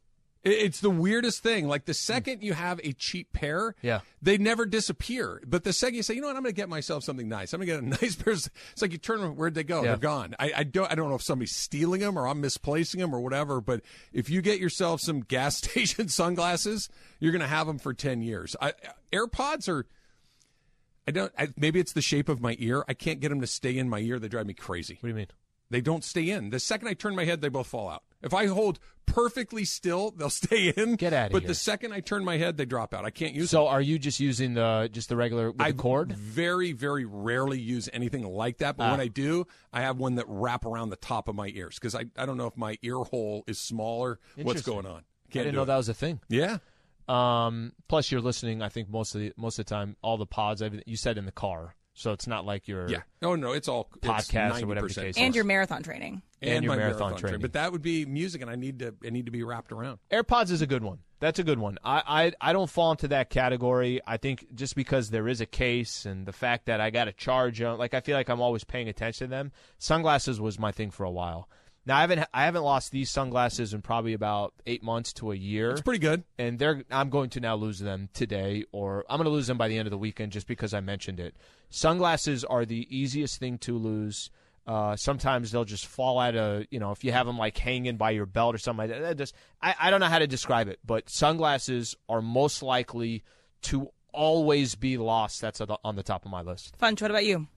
A: It- It's the weirdest thing. Like the second you have a cheap pair,
B: Yeah.
A: they never disappear. But the second you say, you know what, I'm going to get myself something nice. I'm going to get a nice pair. Of, it's like you turn them. Where'd they go?
B: Yeah.
A: They're gone. I, I don't. I don't know if somebody's stealing them or I'm misplacing them or whatever. But if you get yourself some gas station sunglasses, you're going to have them for ten years. I, AirPods are. I don't. I, maybe it's the shape of my ear. I can't get them to stay in my ear. They drive me crazy.
B: What do you mean?
A: They don't stay in. The second I turn my head, they both fall out. If I hold perfectly still, they'll stay in.
B: Get outta
A: But
B: here.
A: the second I turn my head, they drop out. I can't use
B: So are you just using the just the regular with
A: I
B: the cord? Ah.
A: very, very rarely use anything like that. But when I do, I have one that wrap around the top of my ears because I, I don't know if my ear hole is smaller. What's
B: Interesting.
A: going on?
B: I
A: Can't
B: didn't
A: do
B: know
A: it.
B: that was a thing.
A: Yeah.
B: Um, plus, you're listening. I think most of the most of the time, all the pods. Everything, you said in the car, so it's not like you're.
A: Yeah. Oh no, it's all it's
B: Podcasts or whatever the
A: 90%.
B: case
C: And your marathon training.
A: and,
B: and your
A: my
B: marathon training.
A: But that would be music, and I need to I need to be wrapped around.
B: AirPods is a good one. That's a good one. I, I I don't fall into that category. I think just because there is a case and the fact that I got to charge them, like I feel like I'm always paying attention to them. Sunglasses was my thing for a while. Now I haven't I haven't lost these sunglasses in probably about eight months to a year.
A: It's pretty good.
B: and they're I'm going to now lose them today or I'm going to lose them by the end of the weekend just because I mentioned it. Sunglasses are the easiest thing to lose. Uh, sometimes they'll just fall out of you know if you have them like hanging by your belt or something like that. that just I, I don't know how to describe it, but sunglasses are most likely to always be lost. That's on the- on the top of my list.
C: Funch, what about you?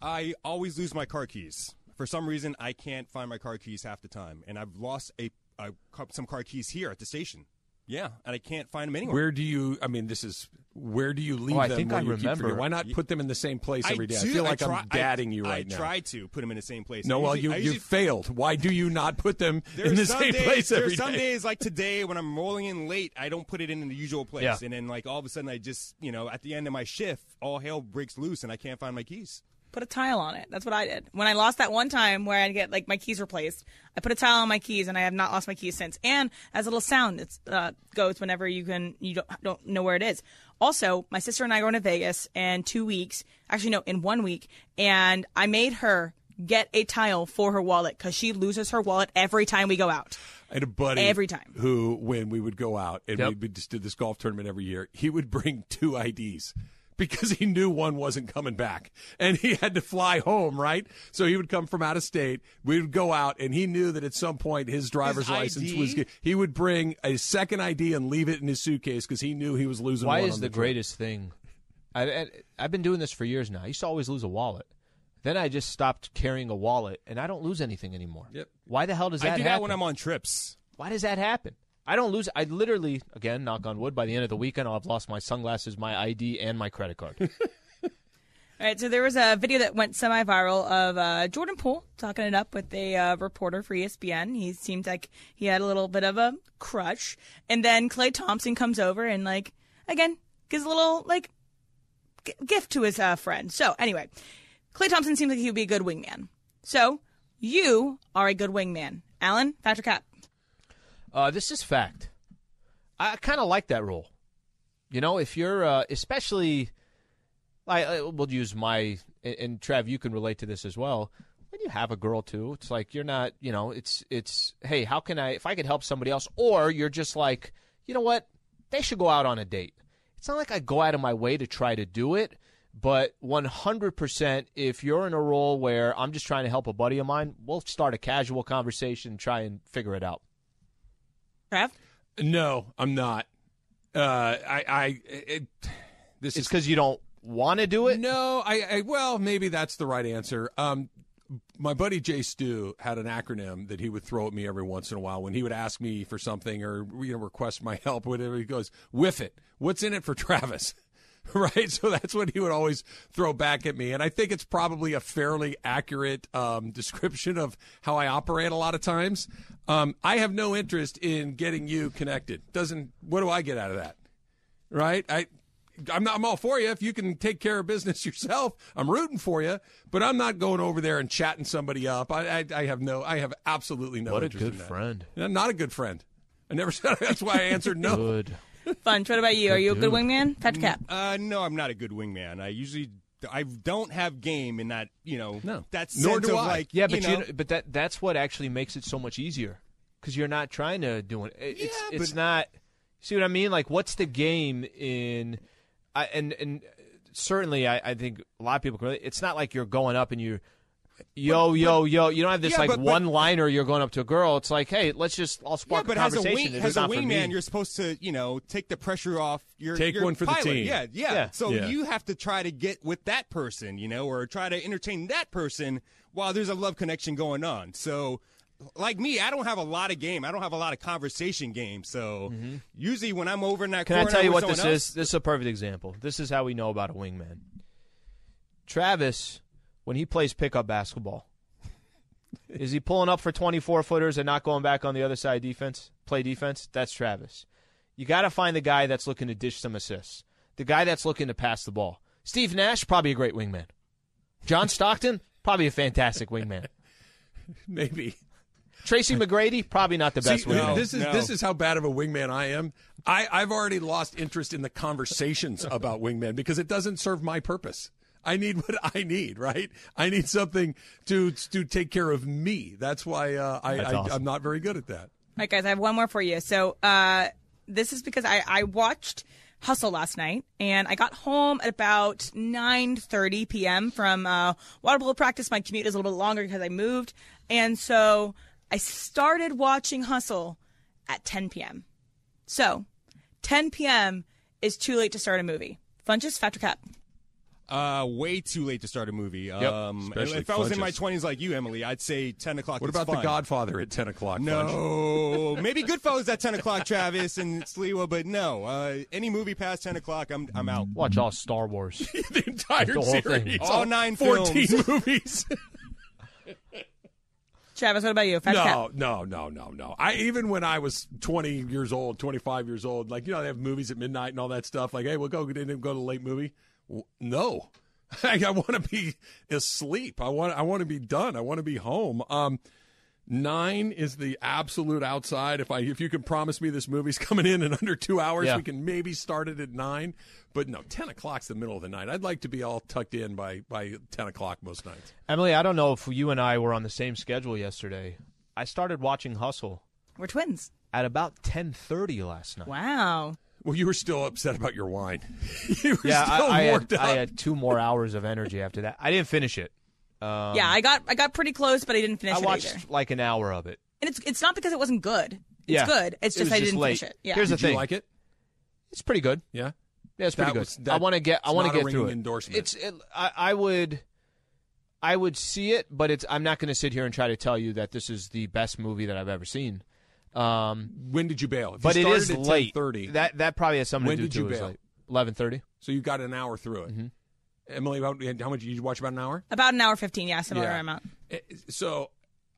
D: I always lose my car keys. For some reason, I can't find my car keys half the time, and I've lost a, a cou- some car keys here at the station. Yeah, and I can't find them anywhere.
A: Where do you? I mean, this is where do you leave
B: Oh, I
A: them?
B: think
A: when
B: I
A: you keep
B: remember.
A: forgetting? Why not put them in the same place every day? I,
D: do-
A: feel like I
D: try-
A: am dadding you right
D: I
A: now.
D: try to put them in the same place.
A: no,
D: I
A: well,
D: usually-
A: you
D: I
A: you
D: usually-
A: failed. Why do you not put them
D: There
A: in
D: are
A: the
D: some
A: same
D: days,
A: place
D: there
A: every
D: are some
A: day?
D: days like today when I'm rolling in late, I don't put it in the usual place,
B: Yeah.
D: and then like all of a sudden I just you know at the end of my shift, all hell breaks loose and I can't find my keys.
C: Put a tile on it. That's what I did. When I lost that one time where I'd get like my keys replaced, I put a tile on my keys and I have not lost my keys since. And as a little sound, it uh, goes whenever you can you don't, don't know where it is. Also, my sister and I are going to Vegas in two weeks. Actually, no, in one week. And I made her get a tile for her wallet because she loses her wallet every time we go out.
A: I had a buddy
C: Every time.
A: who, when we would go out and
B: Yep.
A: we would just did this golf tournament every year, he would bring two IDs because he knew one wasn't coming back and he had to fly home, right? So he would come from out of state. We would go out and he knew that at some point his driver's license
D: ID?
A: was, he would bring a second ID and leave it in his suitcase because he knew he was losing
B: Why
A: one
B: is
A: on
B: the
A: trip.
B: greatest thing? I, I, I've been doing this for years now. I used to always lose a wallet. Then I just stopped carrying a wallet, and I don't lose anything anymore.
A: Yep.
B: Why the hell does
D: I do
B: that
D: that
B: happen?
D: when I'm on trips.
B: Why does that happen? I don't lose. I literally, again, knock on wood. By the end of the weekend, I'll have lost my sunglasses, my ID, and my credit card.
C: All right, so there was a video that went semi-viral of uh, Jordan Poole talking it up with a uh, reporter for ESPN. He seemed like he had a little bit of a crush, and then Clay Thompson comes over and like again gives a little like g- gift to his uh, friend. So anyway, Clay Thompson seems like he would be a good wingman. So you are a good wingman, Alan Patrick Cap.
B: uh, this is fact. I kind of like that rule. You know, if you're uh, especially, I, I will use my and, and Trav, you can relate to this as well. When you have a girl too, it's like you're not, you know, it's it's hey, how can I if I could help somebody else, or you're just like, you know what, they should go out on a date. It's not like I go out of my way to try to do it, but 100% if you're in a role where I'm just trying to help a buddy of mine, we'll start a casual conversation and try and figure it out.
C: Trav,
A: No, I'm not. Uh, I, I, it, this
B: It's
A: is
B: because you don't want to do it.
A: No, I, I well, maybe that's the right answer. Um, my buddy Jay Stu had an acronym that he would throw at me every once in a while when he would ask me for something or you know request my help, whatever. He goes, "Whiff it. What's in it for Travis?" Right, so that's what he would always throw back at me, and I think it's probably a fairly accurate um, description of how I operate a lot of times. Um, I have no interest in getting you connected. Doesn't what do I get out of that? right? I I'm not, I'm all for you if you can take care of business yourself. I'm rooting for you, but I'm not going over there and chatting somebody up. I I, I have no I have absolutely no
B: What a
A: interest
B: good
A: in that.
B: friend.
A: I'm not a good friend. I never said that's why I answered no.
B: Good.
C: Fun. What about you? Are you a good
B: dude.
C: wingman? Pat Cap.
D: Uh, no, I'm not a good wingman. I usually I don't have game in that. You know,
A: No.
D: that sense
A: Nor do
D: of
A: I.
D: like
B: Yeah, but
D: you know,
B: you know, but that that's what actually makes it so much easier because you're not trying to do it. it it's
D: Yeah,
B: it's
D: but-
B: not. See what I mean? Like, what's the game in? I, and and certainly, I, I think a lot of people can relate. It's not like you're going up and you. Yo, yo, yo! You don't have this
D: Yeah,
B: like
D: but- but-
B: one-liner. You're going up to a girl. It's like, hey, let's just I'll
D: Yeah,
B: spark
D: but
B: a
D: as a
B: conversation.
D: wing,
B: If
D: as
B: it's
D: a
B: not for me-
D: wingman, you're supposed to, you know, take the pressure off your
A: Take
D: your
A: one for the
D: pilot.
A: team.
D: Yeah, yeah,
B: Yeah.
D: So
A: Yeah.
D: you have to try to get with that person, you know, or try to entertain that person while there's a love connection going on. So, like me, I don't have a lot of game. I don't have a lot of conversation game. So usually when I'm over in
B: Mm-hmm.
D: that
B: Can I
D: corner,
B: tell you
D: with
B: what this
D: someone
B: is? This is a perfect example. This is how we know about a wingman. Travis, when he plays pickup basketball, is he pulling up for 24 footers and not going back on the other side defense, play defense? That's Travis. You got to find the guy that's looking to dish some assists, the guy that's looking to pass the ball. Steve Nash, probably a great wingman. John Stockton, probably a fantastic wingman.
A: Maybe.
B: Tracy McGrady, probably not the best
A: See,
B: wingman.
A: This is
D: No.
A: this is how bad of a wingman I am. I, I've already lost interest in the conversations about wingmen because it doesn't serve my purpose. I need what I need, right? I need something to to take care of me. That's why uh, I,
B: That's
A: I
B: awesome.
A: I'm not very good at that.
C: All right, guys, I have one more for you. So uh, this is because I, I watched Hustle last night, and I got home at about 9.30 p.m. from uh, water polo practice. My commute is a little bit longer because I moved. And so I started watching Hustle at 10 p.m. So 10 p.m. is too late to start a movie. Funches, Factor Cap.
D: else? Uh, way too late to start a movie. Um,
A: Especially
D: if I was in my
A: fudges.
D: 20s like you, Emily, I'd say 10 o'clock.
A: What
D: is
A: about the
D: fine.
A: Godfather at ten o'clock? Funch?
D: No, maybe Goodfellas at ten o'clock, Travis and Sliwa, but no. Uh, any movie past ten o'clock, I'm I'm out.
B: Watch all Star Wars.
A: the entire
B: The whole thing.
A: series,
D: All nine
A: fourteen
D: films.
A: movies.
C: Travis, what about you? Factor Cap.
A: No, no, no, no, no. I even when I was 20 years old, 25 years old, like you know they have movies at midnight and all that stuff. Like, hey, we'll go didn't go to a late movie. W- No, I want to be asleep. I want I want to be done. I want to be home. Um, nine is the absolute outside. If I if you can promise me this movie's coming in in under two hours,
B: Yeah.
A: we can maybe start it at nine. But no, 10 o'clock's the middle of the night. I'd like to be all tucked in by by 10 o'clock most nights.
B: Emily, I don't know if you and I were on the same schedule yesterday. I started watching Hustle
C: We're twins.
B: at about 10:30 last night.
C: Wow.
A: Well, you were still upset about your wine. you were
B: Yeah,
A: still
B: I, I,
A: warped
B: had,
A: up.
B: I had two more hours of energy after that. I didn't finish it. Um,
C: yeah, I got I got pretty close, but I didn't finish
B: I
C: it
B: watched
C: either.
B: like an hour of it.
C: And it's it's not because it wasn't good. It's
B: Yeah.
C: good. It's
B: It
C: just
B: was
C: I
B: just
C: didn't
B: late.
C: finish it. Yeah.
B: Here's the
A: Did you
B: thing.
A: like it?
B: It's pretty good.
A: Yeah.
B: Yeah, it's pretty
A: That
B: good.
A: was- that-
B: I want to get. I
A: it's
B: want
A: not
B: to
A: a
B: get through
A: ringing
B: it.
A: endorsement.
B: It's. It, I, I would. I would see it, but it's. I'm not going to sit here and try to tell you that this is the best movie that I've ever seen. Um,
A: When did you bail? If
B: but
A: you
B: it
A: started
B: is
A: at
B: late.
A: 10:30,
B: That that probably has something
A: When
B: to do
A: did you
B: too, is
A: bail?
B: like 11:30.
A: so you got an hour through it.
B: Mm-hmm.
A: Emily, about, how much did you watch? About an hour.
C: About an hour fifteen, yeah, similar amount.
A: Eh, So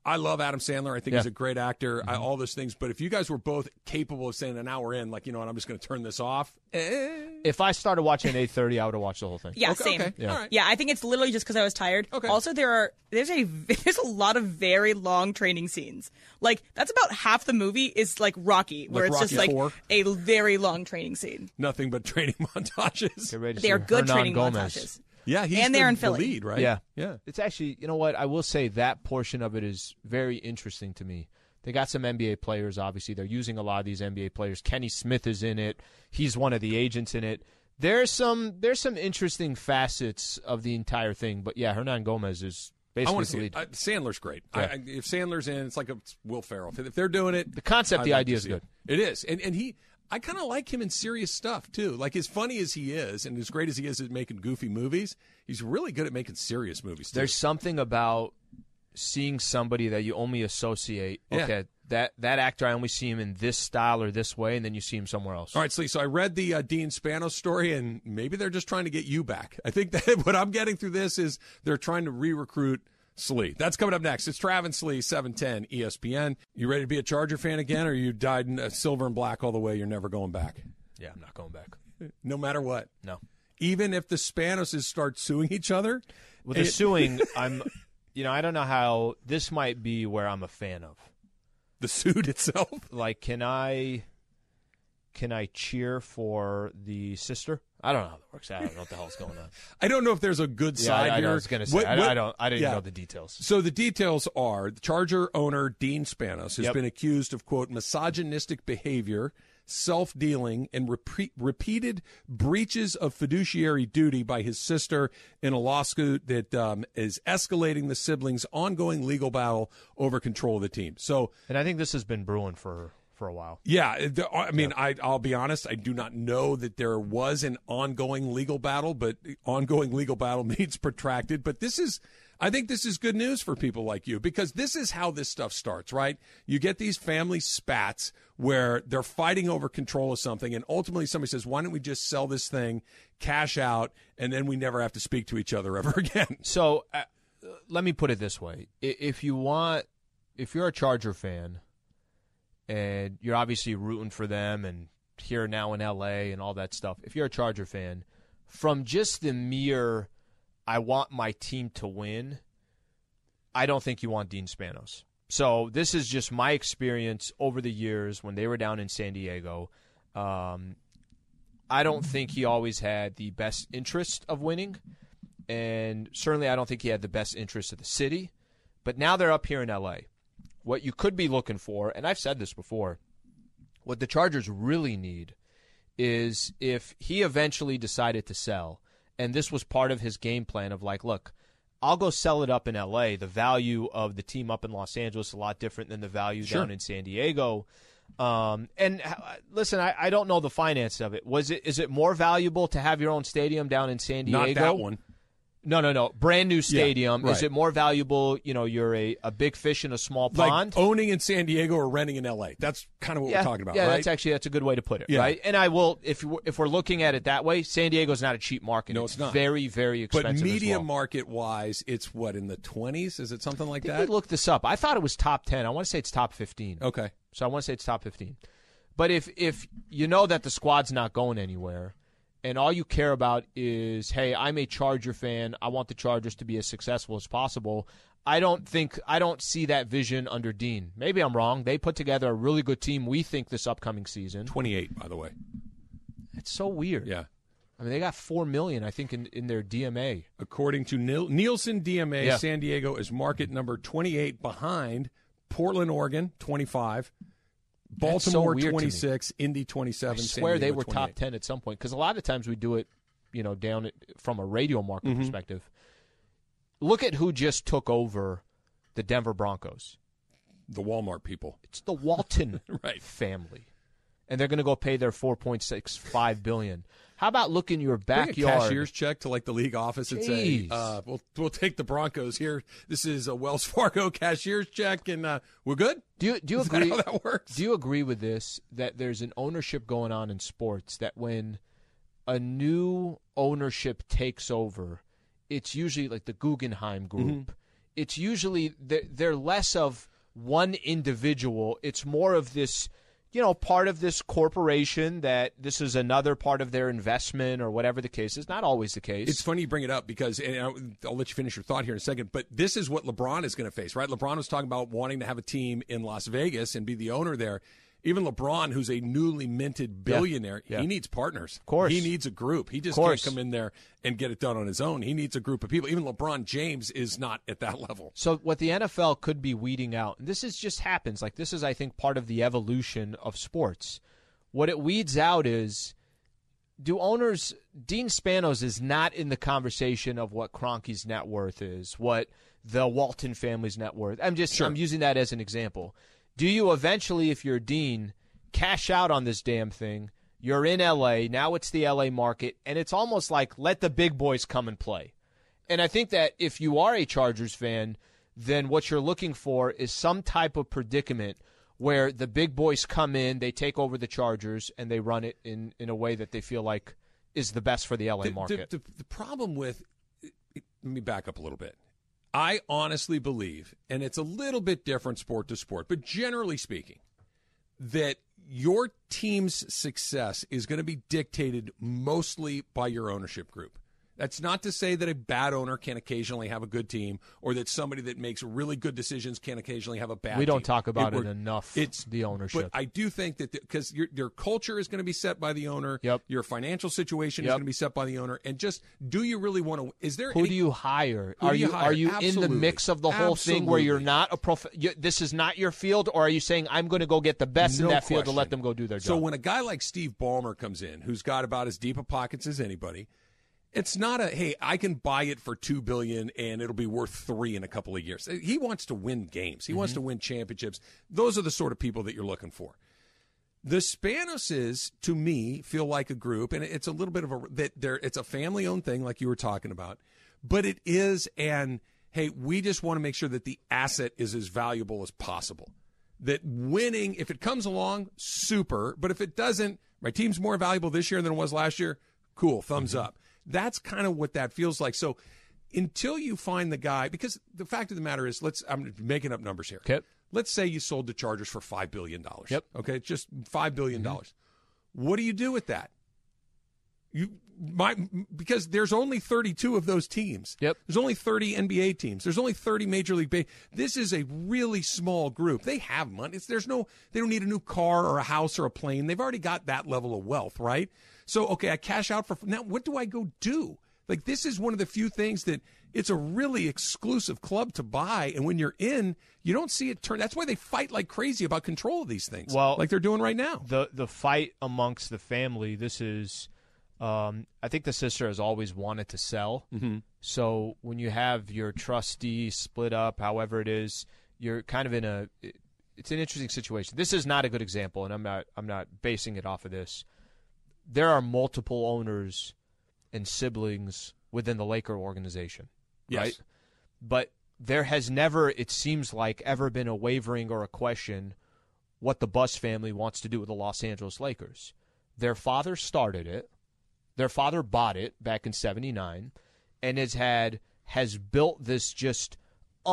A: I love Adam Sandler. I think he's
B: Yeah. Mm-hmm.
A: a great actor. I, all those things. But if you guys were both capable of saying an hour in, like you know, what, I'm just going to turn this off. Eh.
B: If I started watching at eight thirty, I would have watched the whole thing.
C: Yeah,
A: okay,
C: same.
A: okay.
C: Yeah.
A: All right.
C: I think it's literally just because I was tired.
A: Okay.
C: Also, there are there's a there's a lot of very long training scenes. Like that's about half the movie is like Rocky, where
A: Like
C: it's just
A: Rocky
C: like
A: Four?
C: a very long training scene.
A: Nothing but training montages.
B: Get ready to
C: They are
B: see
C: good
B: Hernan
C: training
B: Gomez.
C: montages.
A: Yeah, he's
C: And they're
A: the-
C: in
A: the
C: Philly.
A: lead, right?
B: Yeah,
A: yeah.
B: It's actually, you know what? I will say that portion of it is very interesting to me. They got some NBA players. Obviously, they're using a lot of these NBA players. Kenny Smith is in it. He's one of the agents in it. There's some there's some interesting facets of the entire thing. But yeah, Hernan Gomez is
A: I
B: basically the
A: want to see. It.
B: lead.
A: Uh, Sandler's great. I,
B: Yeah.
A: I, if Sandler's in, it's like a it's Will Ferrell. If- If they're doing it,
B: The concept,
A: I'd
B: the
A: like
B: idea
A: to
B: is
A: see
B: good.
A: It. it is, and and he, I kind of like him in serious stuff too. Like as funny as he is, and as great as he is at making goofy movies, he's really good at making serious movies too.
B: There's something about seeing somebody that you only associate.
A: Yeah.
B: Okay, that that actor I only see him in this style or this way, and then you see him somewhere else.
A: all right, Slee. So I read the uh, Dean Spanos story, and maybe they're just trying to get you back. I think that what I'm getting through this is they're trying to re-recruit Slee. That's coming up next. It's Travis Slee, E 710 ESPN. You ready to be a Charger fan again, or you died in uh, silver and black all the way? You're never going back.
B: Yeah, I'm not going back.
A: no matter what.
B: No.
A: Even if the Spanoses start suing each other,
B: Well, they're
A: it-
B: suing. I'm, you know, I don't know how this might be where I'm a fan of.
A: the suit itself.
B: Like, can I, can I cheer for the sister? I don't know how that works. I don't know what the hell's going on.
A: I don't know if there's a good
B: Yeah,
A: side
B: I, I
A: here.
B: was gonna say
A: What-
B: I,
A: what-
B: I don't. I didn't
A: yeah.
B: know the details.
A: So the details are the Charger owner Dean Spanos has
B: Yep.
A: been accused of quote misogynistic behavior, self-dealing and repeat, repeated breaches of fiduciary duty by his sister in a lawsuit that um, is escalating the siblings' ongoing legal battle over control of the team. So
B: And I think this has been brewing for for a while.
A: yeah, the, I mean, I, I'll be honest. I do not know that there was an ongoing legal battle, but ongoing legal battle means protracted. But this is, I think this is good news for people like you because this is how this stuff starts, right? You get these family spats where they're fighting over control of something, and ultimately somebody says, "Why don't we just sell this thing, cash out, and then we never have to speak to each other ever again?"
B: So uh, let me put it this way: I- if you want, if you're a Charger fan, and you're obviously rooting for them, and here now in LA and all that stuff, if you're a Charger fan, from just the mere, I want my team to win, I don't think you want Dean Spanos. So this is just my experience over the years when they were down in San Diego. Um, I don't think he always had the best interest of winning and certainly I don't think he had the best interest of the city. But now they're up here in LA. What you could be looking for, and I've said this before, what the Chargers really need is if he eventually decided to sell, and this was part of his game plan of like, look, I'll go sell it up in LA. The value of the team up in Los Angeles is a lot different than the value down in San Diego. Um, and h- listen, I, I don't know the finance of it. Was it is it more valuable to have your own stadium down in San Diego?
A: Not that one.
B: No, no, no. Brand new stadium. Is
A: right.
B: it more valuable? You know, you're a, a big fish in a small
A: Like
B: pond.
A: owning in San Diego or renting in L.A. That's kind of what
B: yeah,
A: we're talking about,
B: yeah.
A: right?
B: That's actually that's a good way to put it,
A: Yeah.
B: right? And I will if you- if we're looking at it that way, San Diego's not a cheap market.
A: No, it's not.
B: Very, very
A: But
B: expensive.
A: media
B: as well.
A: market wise, it's what in the twenties? Is it something like
B: I think
A: that?
B: we looked this up. I thought it was top ten. I want to say it's top fifteen.
A: okay,
B: So I want to say it's top 15. But if if you know that the squad's not going anywhere and all you care about is hey, I'm a Charger fan. I want the Chargers to be as successful as possible. I don't think I don't see that vision under Dean. Maybe I'm wrong. They put together a really good team we think this upcoming season.
A: twenty-eight. By the way,
B: It's so weird.
A: yeah.
B: I mean, they got 4 million I think in in their DMA.
A: According to Nil- Nielsen DMA,
B: Yeah.
A: San Diego is market number twenty-eight behind Portland, Oregon, twenty-five,
B: That's so
A: Baltimore,
B: weird to me.
A: twenty-six, Indy, twenty-seven.
B: I
A: San
B: swear they
A: Diego,
B: were top
A: 28.
B: 10 at some point because a lot of times we do it, you know, down at, from a radio market
A: Mm-hmm.
B: perspective. Look at who just took over the Denver Broncos.
A: The Walmart people.
B: It's the Walton
A: Right.
B: family. And they're going to go pay their 4.65 billion. How about look in your backyard?
A: Bring a cashier's check to like the league office and say,
B: Jeez.
A: uh, "We'll we'll take the Broncos here. This is a Wells Fargo cashier's check, and uh, we're good."
B: Do you do you
A: Is that
B: agree?
A: how that works?
B: Do you agree with this that there's an ownership going on in sports that when a new ownership takes over, it's usually like the Guggenheim
A: Mm-hmm.
B: Group. It's usually they're, they're less of one individual. It's more of this, you know, part of this corporation that this is another part of their investment or whatever the case is. Not always the case.
A: It's funny you bring it up because, and I'll, I'll let you finish your thought here in a second, but this is what LeBron is going to face, right? LeBron was talking about wanting to have a team in Las Vegas and be the owner there. Even LeBron, who's a newly minted billionaire,
B: Yeah.
A: he needs partners. Of
B: course.
A: He needs a group. He just can't
B: Course.
A: come in there and get it done on his own. He needs a group of people. Even LeBron James is not at that level.
B: So what the NFL could be weeding out, and this is just happens, like this is I think part of the evolution of sports. What it weeds out is do owners Dean Spanos is not in the conversation of what Cronky's net worth is, what the Walton family's net worth. I'm just I'm using that as an example. Do you eventually, if you're Dean, cash out on this damn thing? You're in LA, now it's the LA market, and it's almost like let the big boys come and play. And I think that if you are a Chargers fan, then what you're looking for is some type of predicament where the big boys come in, they take over the Chargers, and they run it in, in a way that they feel like is the best for the LA
A: The-
B: market.
A: The, the, the problem with, let me back up a little bit. I honestly believe, and it's a little bit different sport to sport, but generally speaking, that your team's success is going to be dictated mostly by your ownership group. That's not to say that a bad owner can occasionally have a good team, or that somebody that makes really good decisions can occasionally have a bad.
B: We don't
A: team.
B: talk about it
A: we're-
B: enough, the ownership.
A: But I do think that because your your culture is going to be set by the owner. Yep. Your financial situation is
B: Yep.
A: going to be set by the owner, and just do you really want to? Is there
B: Who
A: any-
B: do you hire?
A: Who
B: are
A: do you
B: you,
A: hire?
B: are you in the
A: Absolutely.
B: mix of the whole thing where you're not a prof? You, this is not your field, or are you saying I'm going to go get the best in
A: No
B: that field to
A: question.
B: let them go do their
A: So
B: job?
A: when a guy like Steve Ballmer comes in, who's got about as deep a pockets as anybody, it's not a hey, I can buy it for two billion and it'll be worth three in a couple of years. He wants to win games. He wants
B: Mm-hmm.
I: Mhm.
A: to win championships. Those are the sort of people that you're looking for. The Spanoses, to me, feel like a group, and it's a little bit of a that they're it's a family owned thing, like you were talking about, but it is an hey, we just want to make sure that the asset is as valuable as possible. That winning, if it comes along, super, but if it doesn't, my team's more valuable this year than it was last year. Cool, thumbs up. That's kind of what that feels like. So until you find the guy, because the fact of the matter is, let's I'm making up numbers here. Okay. Let's say you sold the Chargers for five billion dollars. Yep. Okay, just five billion dollars. What do you do with that? You my because there's only 32 of those teams. Yep. There's only 30 NBA teams. There's only 30 Major League Baseball. This is a really small group. They have money. It's, there's no they don't need a new car or a house or a plane. They've already got that level of wealth, right? So okay, I cash out for now. What do I go do? Like this is one of the few things that it's a really exclusive club to buy, and when you're in, you don't see it turn. That's why they fight like crazy about control of these things.
B: Well,
A: like they're doing right now.
B: The the fight amongst the family. This is, um, I think the sister has always wanted to sell.
A: Mhm.
B: So when you have your trustee split up, however it is, you're kind of in a. it- It's an interesting situation. This is not a good example, and I'm not. I'm not basing it off of this. There are multiple owners and siblings within the Laker organization,
A: Yes.
B: right? But there has never, it seems like, ever been a wavering or a question what the Bus family wants to do with the Los Angeles Lakers. Their father started it. Their father bought it back in 79 and has had has built this just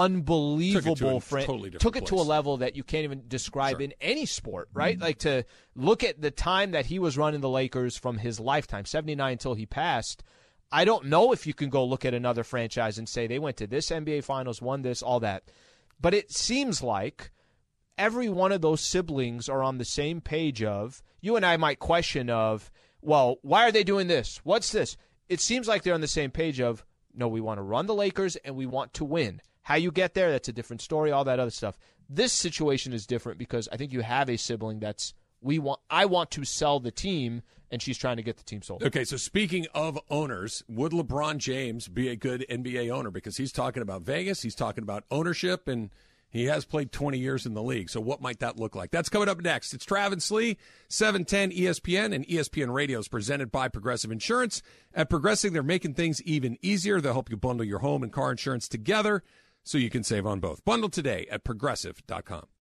B: unbelievable
A: Took it to a
B: fran-
A: totally different
B: took it to a
A: place.
B: level that you can't even describe
A: Sure.
B: in any sport, right?
A: Mhm.
B: Like to look at the time that he was running the Lakers from his lifetime, 79 until he passed. I don't know if you can go look at another franchise and say they went to this NBA finals, won this, all that. But it seems like every one of those siblings are on the same page of you and I might question of well why are they doing this what's this it seems like they're on the same page of no we want to run the Lakers and we want to win how you get there that's a different story all that other stuff this situation is different because I think you have a sibling that's we want I want to sell the team and she's trying to get the team sold
A: Okay, so speaking of owners, would LeBron James be a good NBA owner? Because he's talking about Vegas, he's talking about ownership, and he has played 20 years in the league. So what might that look like? That's coming up next. It's Travis Lee, E 710 ESPN, and ESPN Radio is presented by Progressive Insurance. At Progressive, they're making things even easier. They'll help you bundle your home and car insurance together so you can save on both. Bundle today at progressive.com.